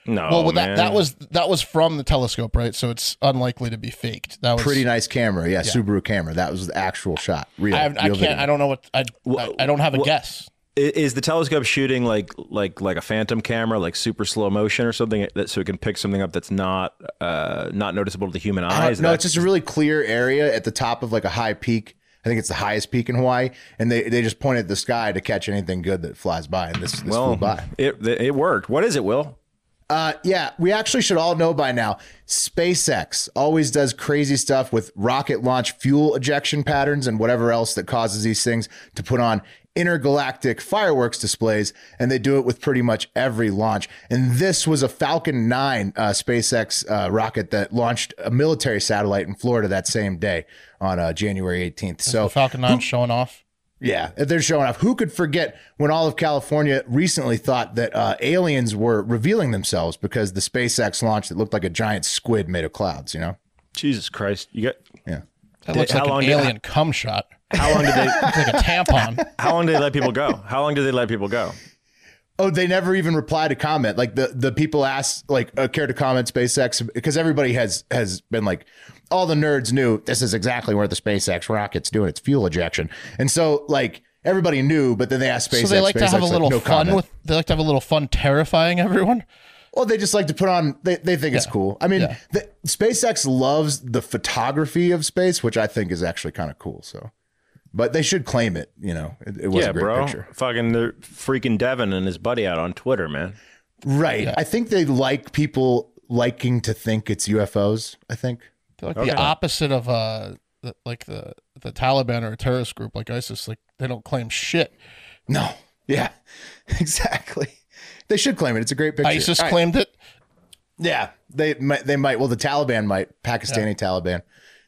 Speaker 3: No,
Speaker 2: well, well
Speaker 3: Oh,
Speaker 2: that,
Speaker 3: man.
Speaker 2: that was that was from the telescope, right? So it's unlikely to be faked. That was
Speaker 1: Pretty nice camera. Yeah,
Speaker 2: Yeah.
Speaker 1: Subaru camera. That was the actual shot. Real.
Speaker 2: I, have, I
Speaker 1: real
Speaker 2: can't.
Speaker 1: video.
Speaker 2: I don't know what I. I, I don't have a guess.
Speaker 3: I- Is the telescope shooting like like like a phantom camera, like super slow motion or something, that so it can pick something up that's not uh, not noticeable to the human
Speaker 1: I
Speaker 3: eye?
Speaker 1: don't-
Speaker 3: Is
Speaker 1: no,
Speaker 3: that-
Speaker 1: it's just a really clear area at the top of like a high peak. I think it's the highest peak in Hawaii, and they, they just point at the sky to catch anything good that flies by. And this, this flew by.
Speaker 3: It it worked. What is it, Will?
Speaker 1: Uh, yeah, we actually should all know by now. SpaceX always does crazy stuff with rocket launch fuel ejection patterns and whatever else that causes these things to put on intergalactic fireworks displays. And they do it with pretty much every launch. And this was a Falcon 9 uh, SpaceX uh, rocket that launched a military satellite in Florida that same day on uh, January 18th. So
Speaker 2: Falcon 9 showing off.
Speaker 1: yeah, they're showing off. Who could forget when all of California recently thought that uh, aliens were revealing themselves because the SpaceX launch that looked like a giant squid made of clouds? You know,
Speaker 3: Jesus Christ, you got
Speaker 1: yeah.
Speaker 2: That looks like an alien cum shot.
Speaker 3: How long did they
Speaker 2: It's like a tampon?
Speaker 3: How long do they let people go? How long do they let people go?
Speaker 1: Oh, they never even replied to comment. Like the the people asked, like, uh, care to comment SpaceX because everybody has has been like, all the nerds knew this is exactly where the SpaceX rocket's doing its fuel ejection, and so like everybody knew, but then they asked SpaceX.
Speaker 2: so they like to
Speaker 1: SpaceX,
Speaker 2: have a little
Speaker 1: no
Speaker 2: fun
Speaker 1: comment.
Speaker 2: with. They like to have a little fun terrifying everyone.
Speaker 1: Well, Oh, they just like to put on. They, they think it's cool. I mean, the, SpaceX loves the photography of space, which I think is actually kind of cool. So, but they should claim it. You know, it, it was
Speaker 3: yeah,
Speaker 1: a great
Speaker 3: bro.
Speaker 1: picture,
Speaker 3: Fucking the freaking Devin and his buddy out on Twitter, man.
Speaker 1: right? I think they like people liking to think it's UFOs. I think
Speaker 2: They're like the opposite of uh, the, like the the Taliban or a terrorist group like ISIS. Like they don't claim shit.
Speaker 1: No. Yeah. Exactly. They should claim it. It's a great picture.
Speaker 2: ISIS
Speaker 1: All right.
Speaker 2: claimed it.
Speaker 1: Yeah, they might. They might. Well, the Taliban might. Pakistani Taliban.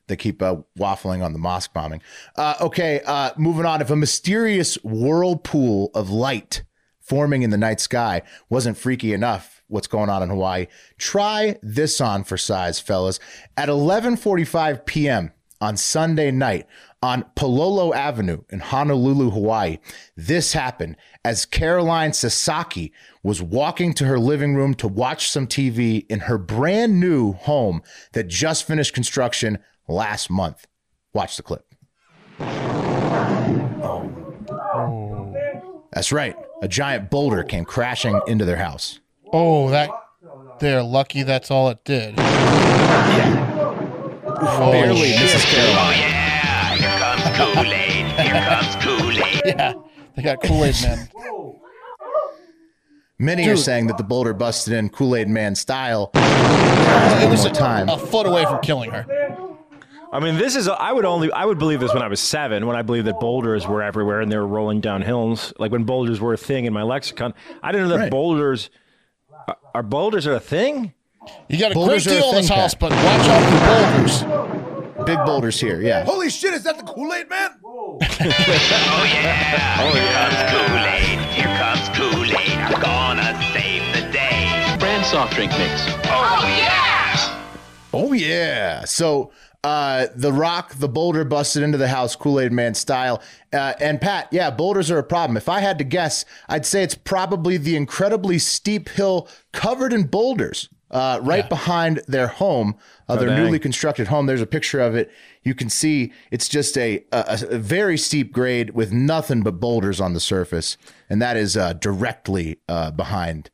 Speaker 1: They keep uh, waffling on the mosque bombing. Uh, okay, uh, moving on. If a mysterious whirlpool of light forming in the night sky wasn't freaky enough, what's going on in Hawaii? Try this on for size, fellas. At 11:45 p.m. on Sunday night on Palolo Avenue in Honolulu, Hawaii, this happened as Caroline Sasaki was walking to her living room to watch some TV in her brand new home that just finished construction last month. Watch the clip. That's right. A giant boulder came crashing into their house.
Speaker 2: Oh, that they're lucky. That's all it did. Yeah.
Speaker 1: Barely Mrs.
Speaker 14: Oh,
Speaker 1: Caroline.
Speaker 2: yeah, they got Kool Aid Man.
Speaker 1: Many are
Speaker 2: Dude.
Speaker 1: saying that the boulder busted in Kool Aid Man style. It was a time.
Speaker 2: A foot away from killing her.
Speaker 3: I mean, this is. I would only. I would believe this when I was seven, when I believed that boulders were everywhere and they were rolling down hills. Like when boulders were a thing in my lexicon. I didn't know that boulders. Are, are boulders are a thing?
Speaker 2: You got a
Speaker 1: Boulders
Speaker 2: great
Speaker 1: are a
Speaker 2: deal in this
Speaker 1: thing,
Speaker 2: house,
Speaker 1: Pat.
Speaker 2: but watch out for boulders.
Speaker 1: Big boulders here, yeah.
Speaker 4: Holy shit, is that the Kool Aid Man?
Speaker 14: Oh, here comes Kool-Aid. Here comes Kool-Aid. I'm gonna save the day. Brand soft drink mix. Oh, yeah!
Speaker 1: Oh yeah. So uh, the rock, the boulder busted into the house, Kool Aid Man style. Uh, and Pat, yeah, boulders are a problem. If I had to guess, I'd say it's probably the incredibly steep hill covered in boulders. Uh, right behind their home, uh, their
Speaker 3: dang.
Speaker 1: newly constructed home. There's a picture of it. You can see it's just a, a, a very steep grade with nothing but boulders on the surface, and that is uh, directly uh, behind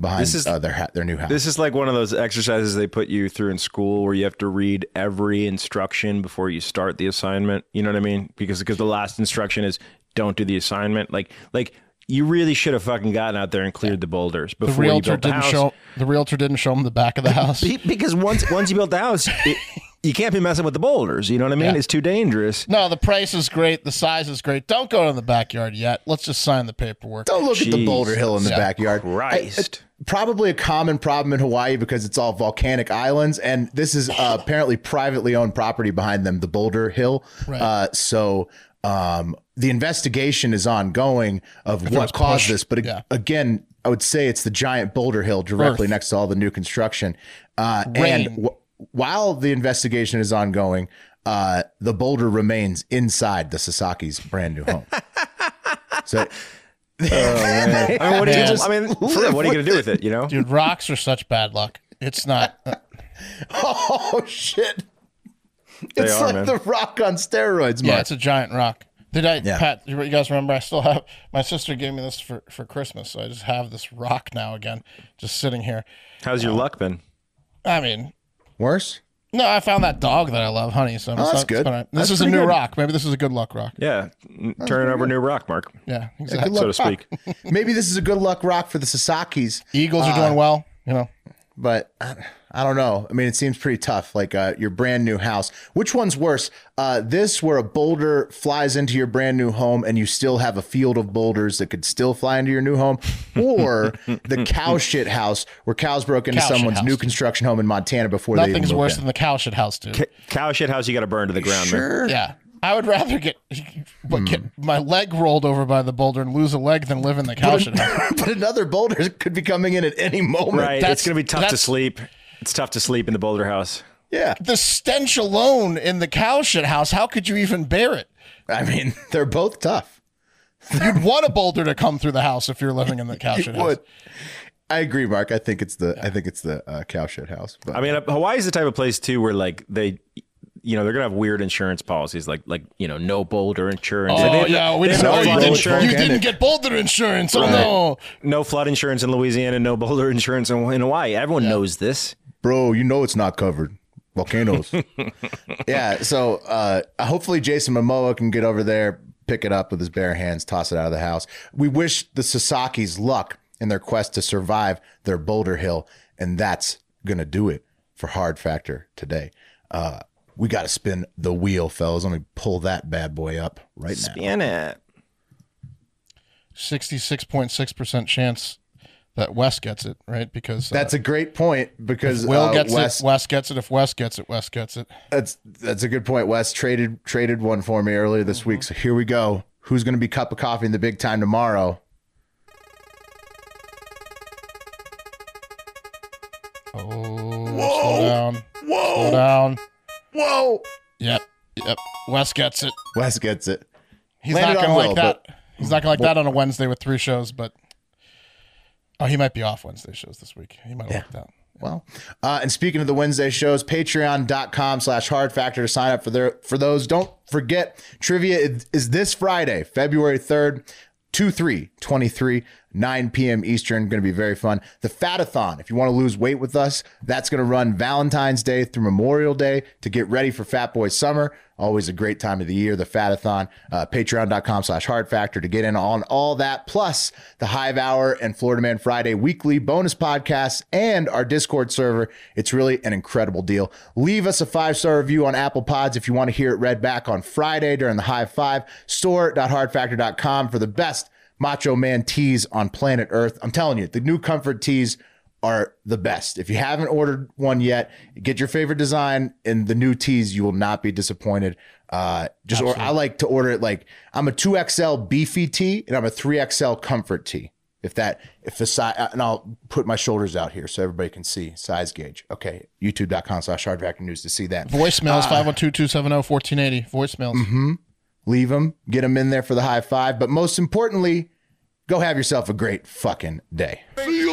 Speaker 1: behind
Speaker 3: This is-
Speaker 1: uh, their ha- their new house.
Speaker 3: This is like one of those exercises they put you through in school where you have to read every instruction before you start the assignment. You know what I mean? Because because the last instruction is don't do the assignment. Like like you really should have fucking gotten out there and cleared the boulders
Speaker 2: The
Speaker 3: before you
Speaker 2: realtor
Speaker 3: built the
Speaker 2: didn't
Speaker 3: house.
Speaker 2: show. The realtor didn't show him the back of the house.
Speaker 3: Be- because once once you built the house, it, you can't be messing with the boulders. You know what I mean? It's too dangerous.
Speaker 2: No, the price is great. The size is great. Don't go to the backyard yet. Let's just sign the paperwork.
Speaker 1: Don't look at the boulder hill in the
Speaker 2: Yeah.
Speaker 1: backyard.
Speaker 3: Christ.
Speaker 1: I- it- probably a common problem in Hawaii because it's all volcanic islands, and this is uh, apparently privately owned property behind them, the boulder hill.
Speaker 2: Right.
Speaker 1: Uh, so um, the investigation is ongoing of
Speaker 2: If it was
Speaker 1: what caused
Speaker 2: pushed,
Speaker 1: this. But ag-
Speaker 2: yeah.
Speaker 1: again, I would say it's the giant boulder hill directly
Speaker 2: Earth.
Speaker 1: next to all the new construction. Uh,
Speaker 2: Rain.
Speaker 1: and w- while the investigation is ongoing, uh, the boulder remains inside the Sasaki's brand new home. so
Speaker 2: Oh,
Speaker 3: I mean, what do you?
Speaker 2: Man.
Speaker 3: I mean, for real, what are you gonna do with it? You know?
Speaker 2: Dude, rocks are such bad luck. It's not.
Speaker 1: Oh shit!
Speaker 3: They
Speaker 1: it's
Speaker 3: are,
Speaker 1: like
Speaker 3: man.
Speaker 1: the rock on steroids,
Speaker 2: yeah,
Speaker 1: Mark.
Speaker 2: it's a giant rock. Did I, Pat? You you guys remember? I still have my sister gave me this for, for Christmas, so I just have this rock now again, just sitting here.
Speaker 3: How's your luck been?
Speaker 2: I mean,
Speaker 1: worse.
Speaker 2: No, I found that dog that I love, honey. So
Speaker 3: Oh, that's
Speaker 2: it's- it's
Speaker 3: good.
Speaker 2: been all right. This
Speaker 3: That's
Speaker 2: is a
Speaker 3: pretty
Speaker 2: new
Speaker 3: good.
Speaker 2: rock. Maybe this is a good luck rock.
Speaker 3: Yeah, n-
Speaker 2: That's
Speaker 3: turning
Speaker 2: pretty
Speaker 3: over
Speaker 2: good.
Speaker 3: new rock, Mark.
Speaker 2: Yeah,
Speaker 3: Yeah, good
Speaker 2: exactly.
Speaker 3: luck, So to speak.
Speaker 1: Maybe this is a good luck rock for the Sasakis.
Speaker 2: Eagles are
Speaker 3: Ah.
Speaker 2: doing well, you know.
Speaker 1: But I, I don't know. I mean, it seems pretty tough. Like uh, your brand new house. Which one's worse? Uh, this, where a boulder flies into your brand new home, and you still have a field of boulders that could still fly into your new home, or the cow shit house, where cows broke into
Speaker 2: Cow shit
Speaker 1: someone's
Speaker 2: house.
Speaker 1: new construction home in Montana before they.
Speaker 2: Nothing's
Speaker 1: even moved
Speaker 2: worse
Speaker 1: in.
Speaker 2: than the cow shit house, dude.
Speaker 3: Cow shit house, you got to burn to the ground. man.
Speaker 2: Yeah. I would rather get,
Speaker 3: Hmm.
Speaker 2: but get my leg rolled over by the boulder and lose a leg than live in the cow
Speaker 1: But,
Speaker 2: shit house.
Speaker 1: an- but another boulder could be coming in at any moment.
Speaker 3: Right, it's going to be tough to sleep. It's tough to sleep in the Boulder House.
Speaker 1: Yeah.
Speaker 2: The stench alone in the cow shit house, how could you even bear it?
Speaker 1: I mean, they're both tough.
Speaker 2: You'd want a boulder to come through the house if you're living in the cow
Speaker 1: You
Speaker 2: shit house.
Speaker 1: would. I agree, Mark. I think it's the I think it's the uh, cow shit house. But
Speaker 3: I mean, Hawaii's the type of place too where like they, you know, they're gonna have weird insurance policies, like like you know, no boulder insurance.
Speaker 2: Oh,
Speaker 3: Like, they have-
Speaker 2: yeah. We
Speaker 3: they
Speaker 2: didn't,
Speaker 3: have
Speaker 2: oh,
Speaker 3: flood
Speaker 2: you, didn't,
Speaker 3: insurance.
Speaker 2: you didn't get boulder insurance. Oh,
Speaker 3: Right.
Speaker 2: no.
Speaker 3: No flood insurance in Louisiana, no boulder insurance in, in Hawaii. Everyone knows this.
Speaker 1: bro, you know it's not covered. Volcanoes. yeah. So uh, hopefully Jason Momoa can get over there, pick it up with his bare hands, toss it out of the house. We wish the Sasaki's luck in their quest to survive their Boulder Hill, and that's gonna do it for Hard Factor today. Uh, we got to spin the wheel, fellas. Let me pull that bad boy up right
Speaker 3: now. Spin it.
Speaker 2: 66.6% chance that Wes gets it, right? Because uh,
Speaker 1: That's a great point because
Speaker 2: if Will
Speaker 1: uh,
Speaker 2: gets
Speaker 1: Wes
Speaker 2: it. Wes gets it. If Wes gets it, Wes gets it.
Speaker 1: That's that's a good point. Wes traded traded one for me earlier this week. So here we go. Who's going to be cup of coffee in the big time tomorrow?
Speaker 2: Oh, slow down. Whoa. Slow down.
Speaker 1: Whoa.
Speaker 2: Yep. Yep. Wes gets it.
Speaker 1: Wes gets it.
Speaker 2: He's
Speaker 1: Landed
Speaker 2: not
Speaker 1: on
Speaker 2: gonna like
Speaker 1: Will,
Speaker 2: that.
Speaker 1: but-
Speaker 2: He's not gonna like that on a Wednesday with three shows, but oh, he might be off Wednesday shows this week. He might have liked that.
Speaker 1: Well, uh, and speaking of the Wednesday shows, patreon.com slash hard factor to sign up for their for those. Don't forget, trivia is, is this Friday, February 3rd, 2 3 23, 9 p.m. Eastern. Going to be very fun. The Fatathon, if you want to lose weight with us, that's going to run Valentine's Day through Memorial Day to get ready for Fat Boy Summer. Always a great time of the year, the Fatathon, uh, patreon.com slash hard factor to get in on all that, plus the Hive Hour and Florida Man Friday weekly bonus podcasts and our Discord server. It's really an incredible deal. Leave us a five star review on Apple Pods if you want to hear it read back on Friday during the Hive Five. Store.hardfactor.com for the best Macho Man tees on planet Earth. I'm telling you, the new comfort tees are the best. If you haven't ordered one yet, get your favorite design and the new tees. You will not be disappointed. Uh, just or I like to order it like I'm a two XL beefy tee and I'm a three XL comfort tee. If that if the size and I'll put my shoulders out here so everybody can see size gauge. Okay, youtube.com slash hard Factor news to see that
Speaker 2: Voicemails
Speaker 1: Uh,
Speaker 2: 502 270 1480. Voicemails.
Speaker 1: hmm Leave them, get them in there for the high five. But most importantly, go have yourself a great fucking day.
Speaker 4: See you